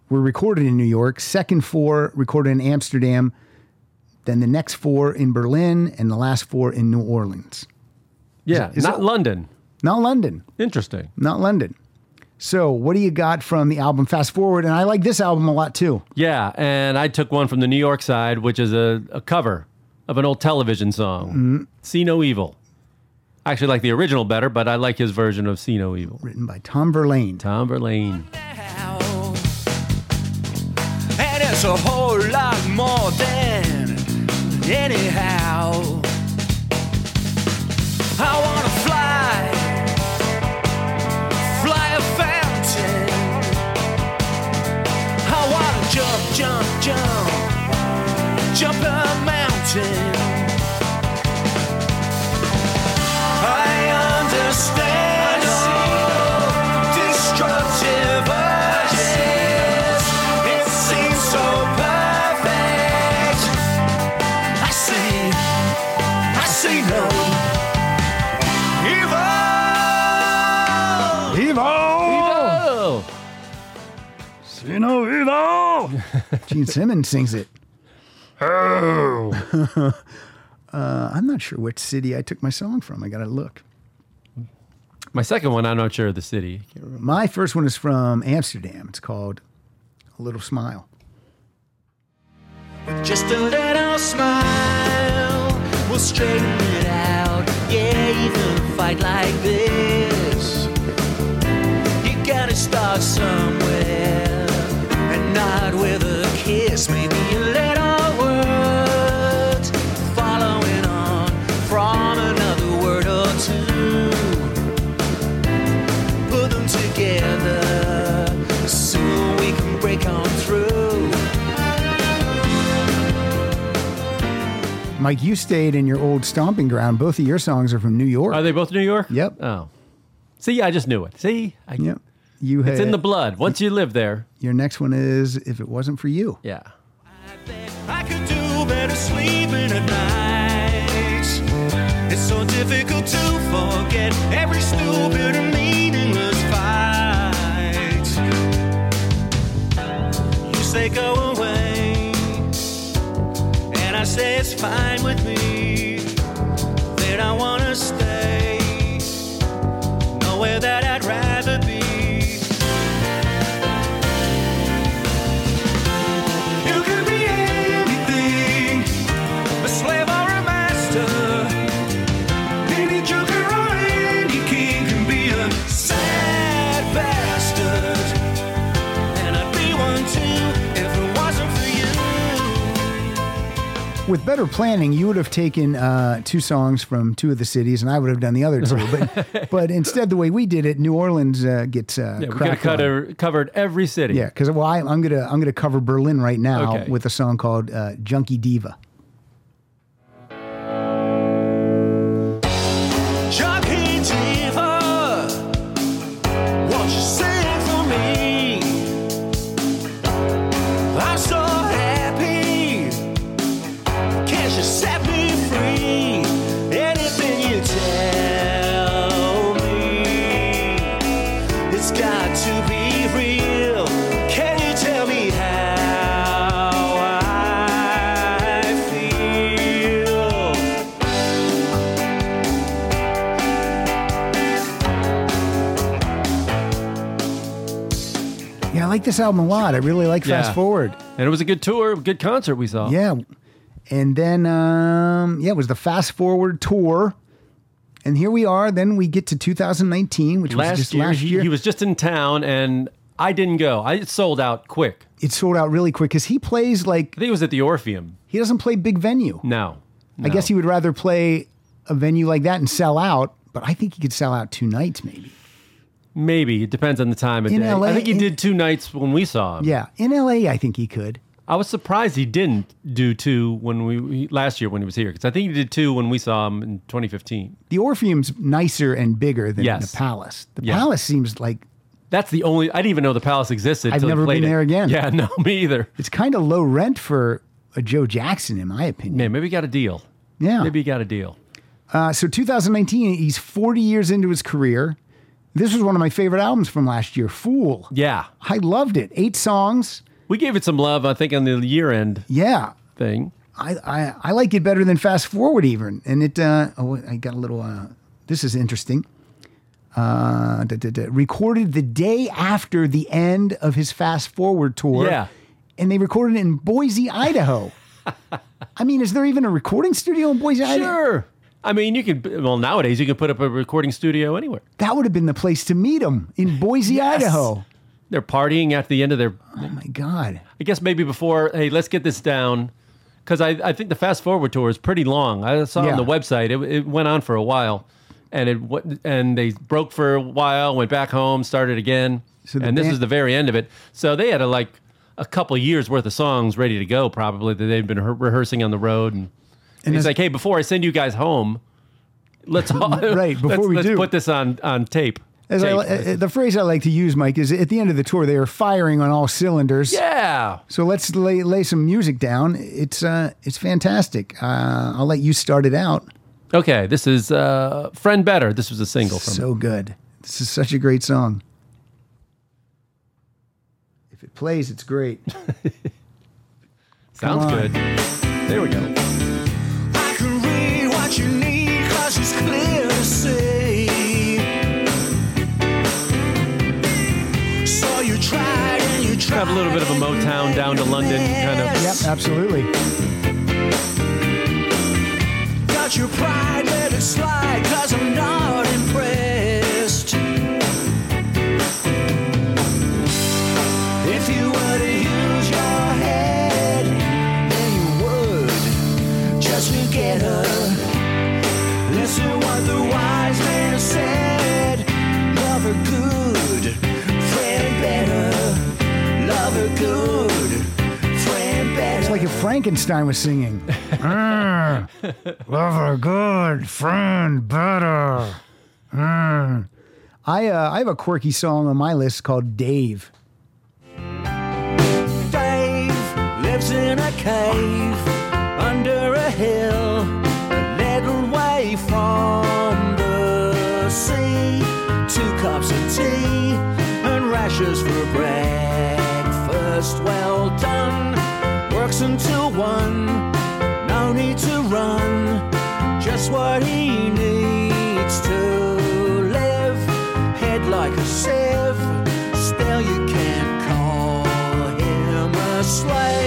were recorded in New York second four recorded in Amsterdam then the next four in Berlin and the last four in New Orleans Yeah, is not it- London. not London Interesting. not London. So, what do you got from the album Fast Forward? And I like this album a lot too. Yeah, and I took one from the New York side, which is a, a cover of an old television song, Mm-hmm. See No Evil. I actually like the original better, but I like his version of See No Evil. Written by Tom Verlaine. Tom Verlaine. now. And it's a whole lot more than anyhow. I wanna fly, fly a fountain. I wanna jump, jump, jump, jump a mountain. I understand. all destructive urges. It seems so perfect. I see, I see no evil. Oh! Gene Simmons sings it. uh, I'm not sure which city I took my song from. I got to look. My second one, I'm not sure of the city. My first one is from Amsterdam. It's called A Little Smile. Just a little smile will straighten it out. Yeah, even a fight like this, you gotta start somewhere and not with a kiss. Maybe a little word following on from another word or two. Put them together, soon we can break on through. Mike, you stayed in your old stomping ground. Both of your songs are from New York. Are they both New York? Yep. Oh. See, I just knew it. See? I, yep. You had, It's in the blood. Once you live there. Your next one is If It Wasn't For You. Yeah. I could do better sleeping at night. It's so difficult to forget every stupid and meaningless fight. You say go away, and I say it's fine with me. That I wanna stay, nowhere that I'd rather be. You could be anything, a slave or a master. Any joker or any king can be a sad bastard. And I'd be one too if it wasn't for you. with better planning, you would have taken uh, two songs from two of the cities, and I would have done the other two. But but instead, the way we did it, New Orleans uh, gets uh, Yeah, we could have cracked on. covered, covered every city. Yeah, because well, I, I'm gonna I'm gonna cover Berlin right now Okay. with a song called uh, "Junkie Diva." Junkie diva, you set me free. Anything you tell me, it's got to be real. Can you tell me how I feel? Yeah, I like this album a lot. I really like Yeah. Fast Forward. And it was a good tour, good concert we saw. Yeah. And then, um, yeah, it was the Fast Forward Tour. And here we are. Then we get to 2019, which was Last just year, last he- year. He, was just in town and I didn't go. I it sold out quick. it sold out really quick because he plays like, I think it was at the Orpheum. he doesn't play big venue. No. I guess he would rather play a venue like that and sell out, but I think he could sell out two nights maybe. Maybe. It depends on the time of In day. LA I think he in- did two nights when we saw him. Yeah. In LA, I think he could. I was surprised he didn't do two when we he- last year when he was here because I think he did two when we saw him in 2015. The Orpheum's nicer and bigger than Yes. the Palace. The Yeah. Palace seems like That's the only I didn't even know the Palace existed. I've till he never played been it. there again. Yeah, no, me either. it's kind of low rent for a Joe Jackson, in my opinion. Man, maybe he got a deal. Yeah. Maybe he got a deal. Uh, so 2019, he's 40 years into his career. This was one of my favorite albums from last year, Fool. Yeah, I loved it. Eight songs. we gave it some love. I think on the year end Yeah. thing. I, I, I like it better than Fast Forward even. And it, uh, oh, I got a little, uh, this is interesting. Uh, da, da, da. recorded the day after the end of his Fast Forward tour. Yeah. And they recorded it in Boise, Idaho. I mean, is there even a recording studio in Boise, Idaho? Sure. I mean, you could. Well, nowadays you can put up a recording studio anywhere. That would have been the place to meet him in Boise, Idaho. They're partying at the end of their. Oh my God. I guess maybe before. Hey, let's get this down. Because I, I think the fast forward tour is pretty long. I saw Yeah. on the website it, it went on for a while, and it wa- and they broke for a while, went back home, started again, So the and this band- is the very end of it. So they had a, like a couple years worth of songs ready to go, probably that they'd been rehe- rehearsing on the road, and, he's as- like, hey, before I send you guys home, let's all, Right, before let's- we let's do. put this on on tape. As I, Tape. uh, the phrase I like to use, Mike, is at the end of the tour, they are firing on all cylinders. yeah, So let's lay, lay some music down. It's uh, it's fantastic. Uh, I'll let you start it out. Okay, this is uh, Friend Better. This was a single from So good. This is such a great song. If it plays, it's great. Sounds Come on. good. There we go. I can read what you need 'cause it's clear to see. So you tried and you tried. Have a little bit of a Motown down to London kind of. yep, absolutely. Got your pride, let it slide, cause I'm not impressed. If you were to use your head, then you would just to get her. Listen what the wise man said. Love her good, friend better. Love her good, friend better. It's like if Frankenstein was singing. Lover Mm, good, friend better. Mm. I uh, I have a quirky song on my list called Dave. Dave lives in a cave under a hill, a little way from the sea. Two cups of tea and rashers for breakfast. Well done, works until one. No need to run, just what he needs to live. Head like a sieve, still you can't call him a slave.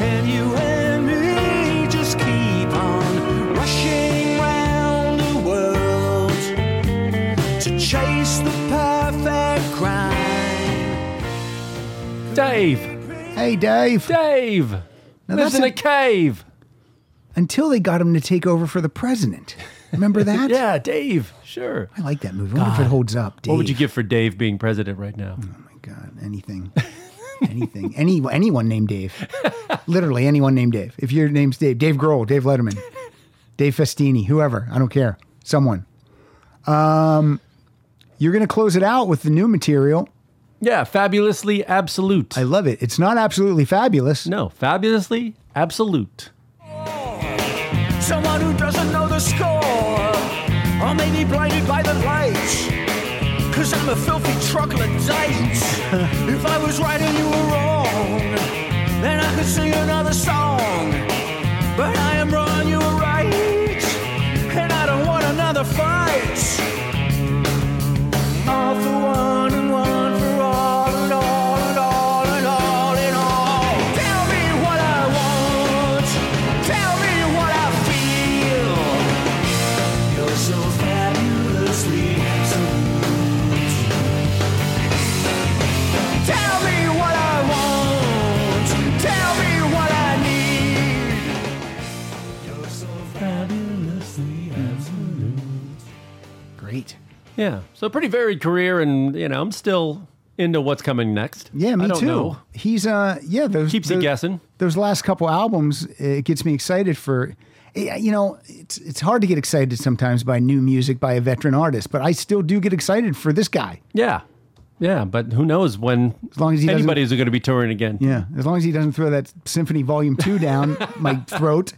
And you and me just keep on rushing round the world to chase the perfect crime. Dave! Hey, Dave. Dave! lives that's in a- a cave! Until they got him to take over for the president. Remember that? Yeah, Dave, sure. I like that movie. I wonder if it holds up. Dave. What would you give for Dave being president right now? Oh my God, anything. anything. Any anyone named Dave. Literally anyone named Dave. If your name's Dave, Dave Grohl, Dave Letterman, Dave Festini, whoever. I don't care. Someone. Um, you're gonna close it out with the new material. Yeah, fabulously absolute. I love it. It's not absolutely fabulous. no, fabulously absolute. Someone who doesn't know the score, or maybe blinded by the lights. Cause I'm a filthy troglodyte. if I was right and you were wrong, then I could sing another song. But I am wrong, you were right, and I don't want another fight. All for one and one for all and all and all and all and all. Tell me what I want, tell me what I feel. You're so fabulously absolute. Tell me what I want. Tell me what I need. You're so fabulously absolute. Great. Yeah. So pretty varied career, and you know, I'm still into what's coming next. Yeah, me I don't too. Know. He's uh, yeah, those, Keeps you those- guessing. Those last couple albums, it gets me excited for. eh, You know, it's it's hard to get excited sometimes by new music by a veteran artist, but I still do get excited for this guy. Yeah. Yeah, but who knows when As long as he doesn't- anybody's going to be touring again. Yeah, as long as he doesn't throw that Symphony Volume Two down my throat,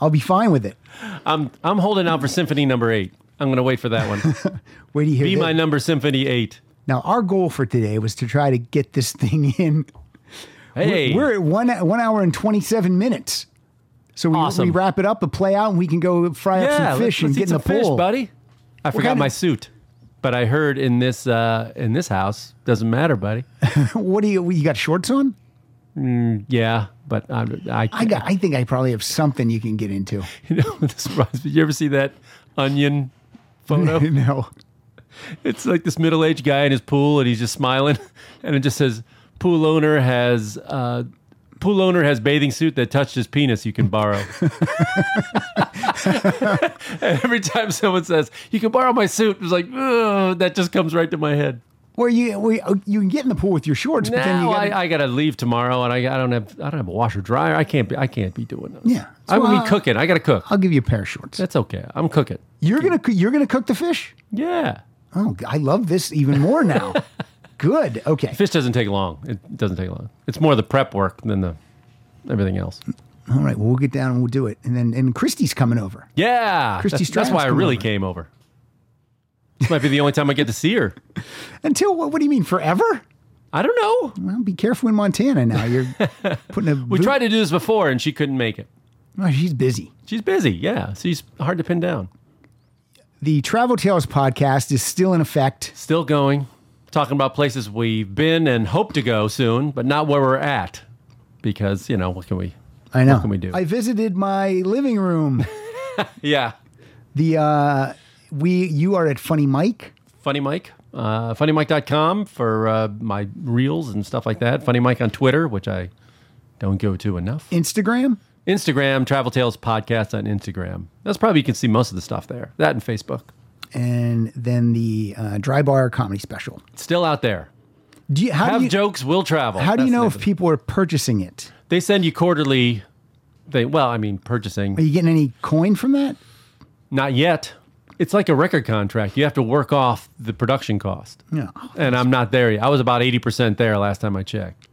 I'll be fine with it. I'm I'm holding out for Symphony number 8. I'm going to wait for that one. Where do you hear? be thi- my number Symphony 8. now, our goal for today was to try to get this thing in. Hey. We're at one one hour and twenty seven minutes. So we, Awesome. we wrap it up, a play out, and we can go fry up yeah, some fish let's, and get let's in eat the some pool. fish, buddy. I forgot kind my of- suit, but I heard in this uh, in this house doesn't matter, buddy. What do you? You got shorts on? Yeah, but I I, I got. I think I probably have something you can get into. you know this reminds me. You ever see that onion photo? no. It's like this middle aged guy in his pool and he's just smiling and it just says pool owner has uh, pool owner has bathing suit that touched his penis you can borrow. and every time someone says, You can borrow my suit, it's like, "Ugh," that just comes right to my head. Where you? Where you- you can get in the pool with your shorts, but then you Now got. I, I gotta leave tomorrow and I, I don't have I don't have a washer dryer. I can't be I can't be doing those. Yeah. I'm So, gonna uh, be cooking. I gotta cook. I'll give you a pair of shorts. That's okay. I'm cooking. You're gonna. coo- You're gonna cook the fish. Yeah. Oh, I love this even more now. Good. Okay. Fish doesn't take long. It doesn't take long. It's more the prep work than the everything else. All right. Well, we'll get down and we'll do it. And then and Christy's coming over. Yeah, Christy that's, that's Stratus why I come really over. came over. This might be the only time I get to see her. Until what? What do you mean forever? I don't know. Well, be careful in Montana now. You're putting a. We tried to do this before, and she couldn't make it. Oh, she's busy. She's busy. Yeah, she's hard to pin down. The Travel Tales podcast is still in effect. Still going, talking about places we've been and hope to go soon, but not where we're at, because you know what can we? I know. What can we do? I visited my living room. Yeah, The uh, we you are at Funny Mike. Funny Mike, uh, funnymike.com for uh, my reels and stuff like that. Funny Mike on Twitter, which I don't go to enough. Instagram. Instagram, Travel Tales Podcast on Instagram. That's probably you can see most of the stuff there. That and Facebook. And then the uh, Dry Bar comedy special. It's still out there. Do you, how Have do you, jokes, will travel. how do you That's the know name if of it. people are purchasing it? they send you quarterly? They well, I mean, purchasing. Are you getting any coin from that? Not yet. It's like a record contract. You have to work off the production cost. No, And I'm not there yet. I was about eighty percent there last time I checked.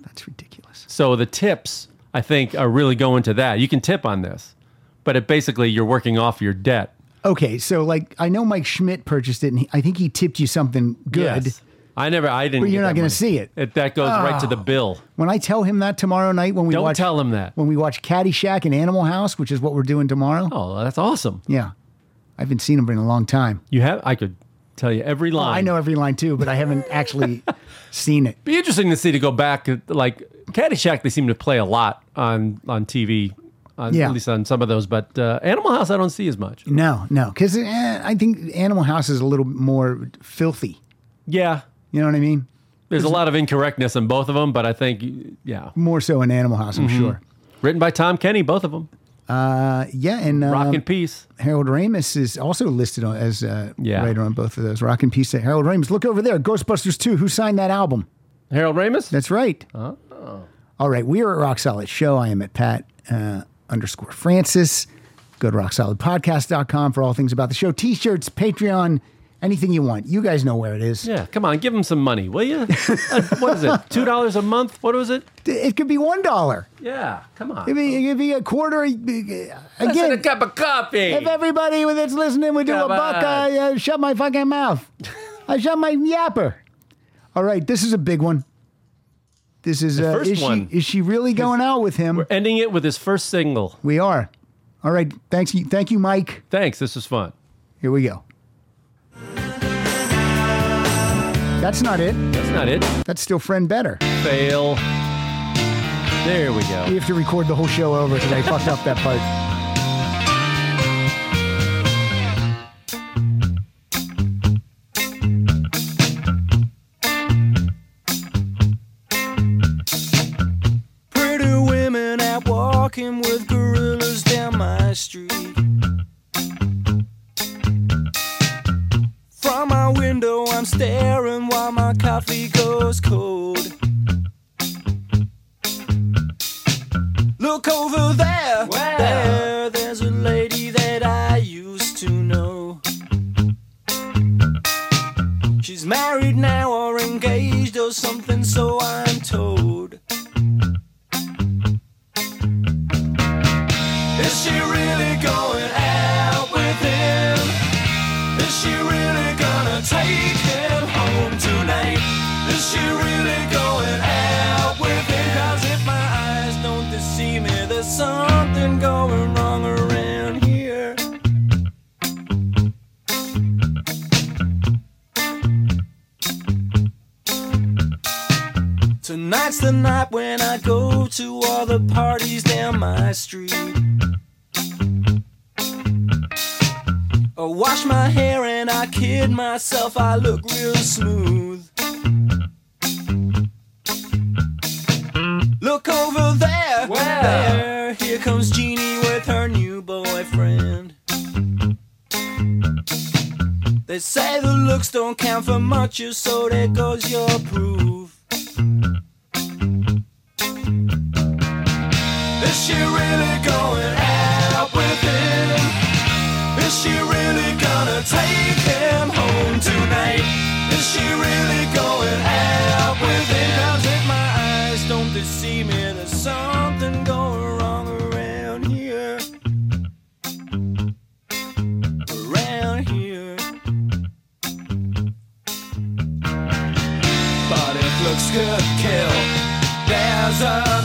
that's ridiculous. So the tips, I think, are really going to that. You can tip on this, but it basically you're working off your debt. Okay, so like I know Mike Schmidt purchased it, and he, I think he tipped you something good. Yes. I never. I didn't. But get you're not that gonna money. see it. Ah. That goes right to the bill. When I tell him that tomorrow night, when we Don't watch tell him that. when we watch Caddyshack and Animal House, which is what we're doing tomorrow. Oh, that's awesome. Yeah, I haven't seen him in a long time. You have. I could tell you every line. Oh, I know every line too, but I haven't actually seen it. Be interesting to see to go back. uh, Like Caddyshack, they seem to play a lot on on TV. On, Yeah. At least on some of those, but uh, Animal House, I don't see as much. No, no, because eh, I think Animal House is a little more filthy. Yeah. You know what I mean? There's a lot of incorrectness in both of them, but I think, yeah. More so in Animal House, Mm-hmm. I'm sure. Written by Tom Kenny, both of them. Uh, yeah, and Rock um, and Peace. Harold Ramis is also listed on, as uh, Yeah. writer on both of those. Rock and Peace to Harold Ramis. Look over there, Ghostbusters 2. Who signed that album? Harold Ramis? That's right. Oh. All right, we are at Rock Solid Show. I am at Pat uh, underscore Francis. Go to rocksolidpodcast.com for all things about the show. T-shirts, Patreon, Anything you want. You guys know where it is. Yeah, come on, give him some money, will you? Uh, what is it? Two dollars a month? What was it? D- It could be one dollar. Yeah, come on. It could be, it could be a quarter. uh, Again, a cup of coffee. if everybody that's listening would do Come a buck, on. I uh, shut my fucking mouth. I shut my yapper. All right, this is a big one. This is uh, first is one. she is she really going out with him? Ending it with his first single. We are. All right, thanks. you- Thank you, Mike. Thanks, this was fun. Here we go. That's not it. That's not it. That's still friend better. Fail. There we We go. have to record the whole show over because I fucked up that part. Pretty women out walking with gorillas down my street. From my window, I'm staring while my coffee goes cold. Look over there, there, there's a lady that I used to know. She's married now or engaged or something, so I'm told. Is she really going out with him? Is she really gonna take him home tonight? Is she really going out with him? 'Cause if my eyes don't deceive me, there's something going wrong around here. Tonight's the night when I go to all the parties down my street. I Oh, wash my hair and I kid myself, I look real smooth. Look over there, there, here comes Jeannie with her new boyfriend. They say the looks don't count for much, so there goes your proof. Is she really going out with him? Is she really gonna take him home tonight? Is she really going out with him? 'Cause if my eyes don't deceive me, there's something going wrong around here. Around here. But it looks good, kill. There's a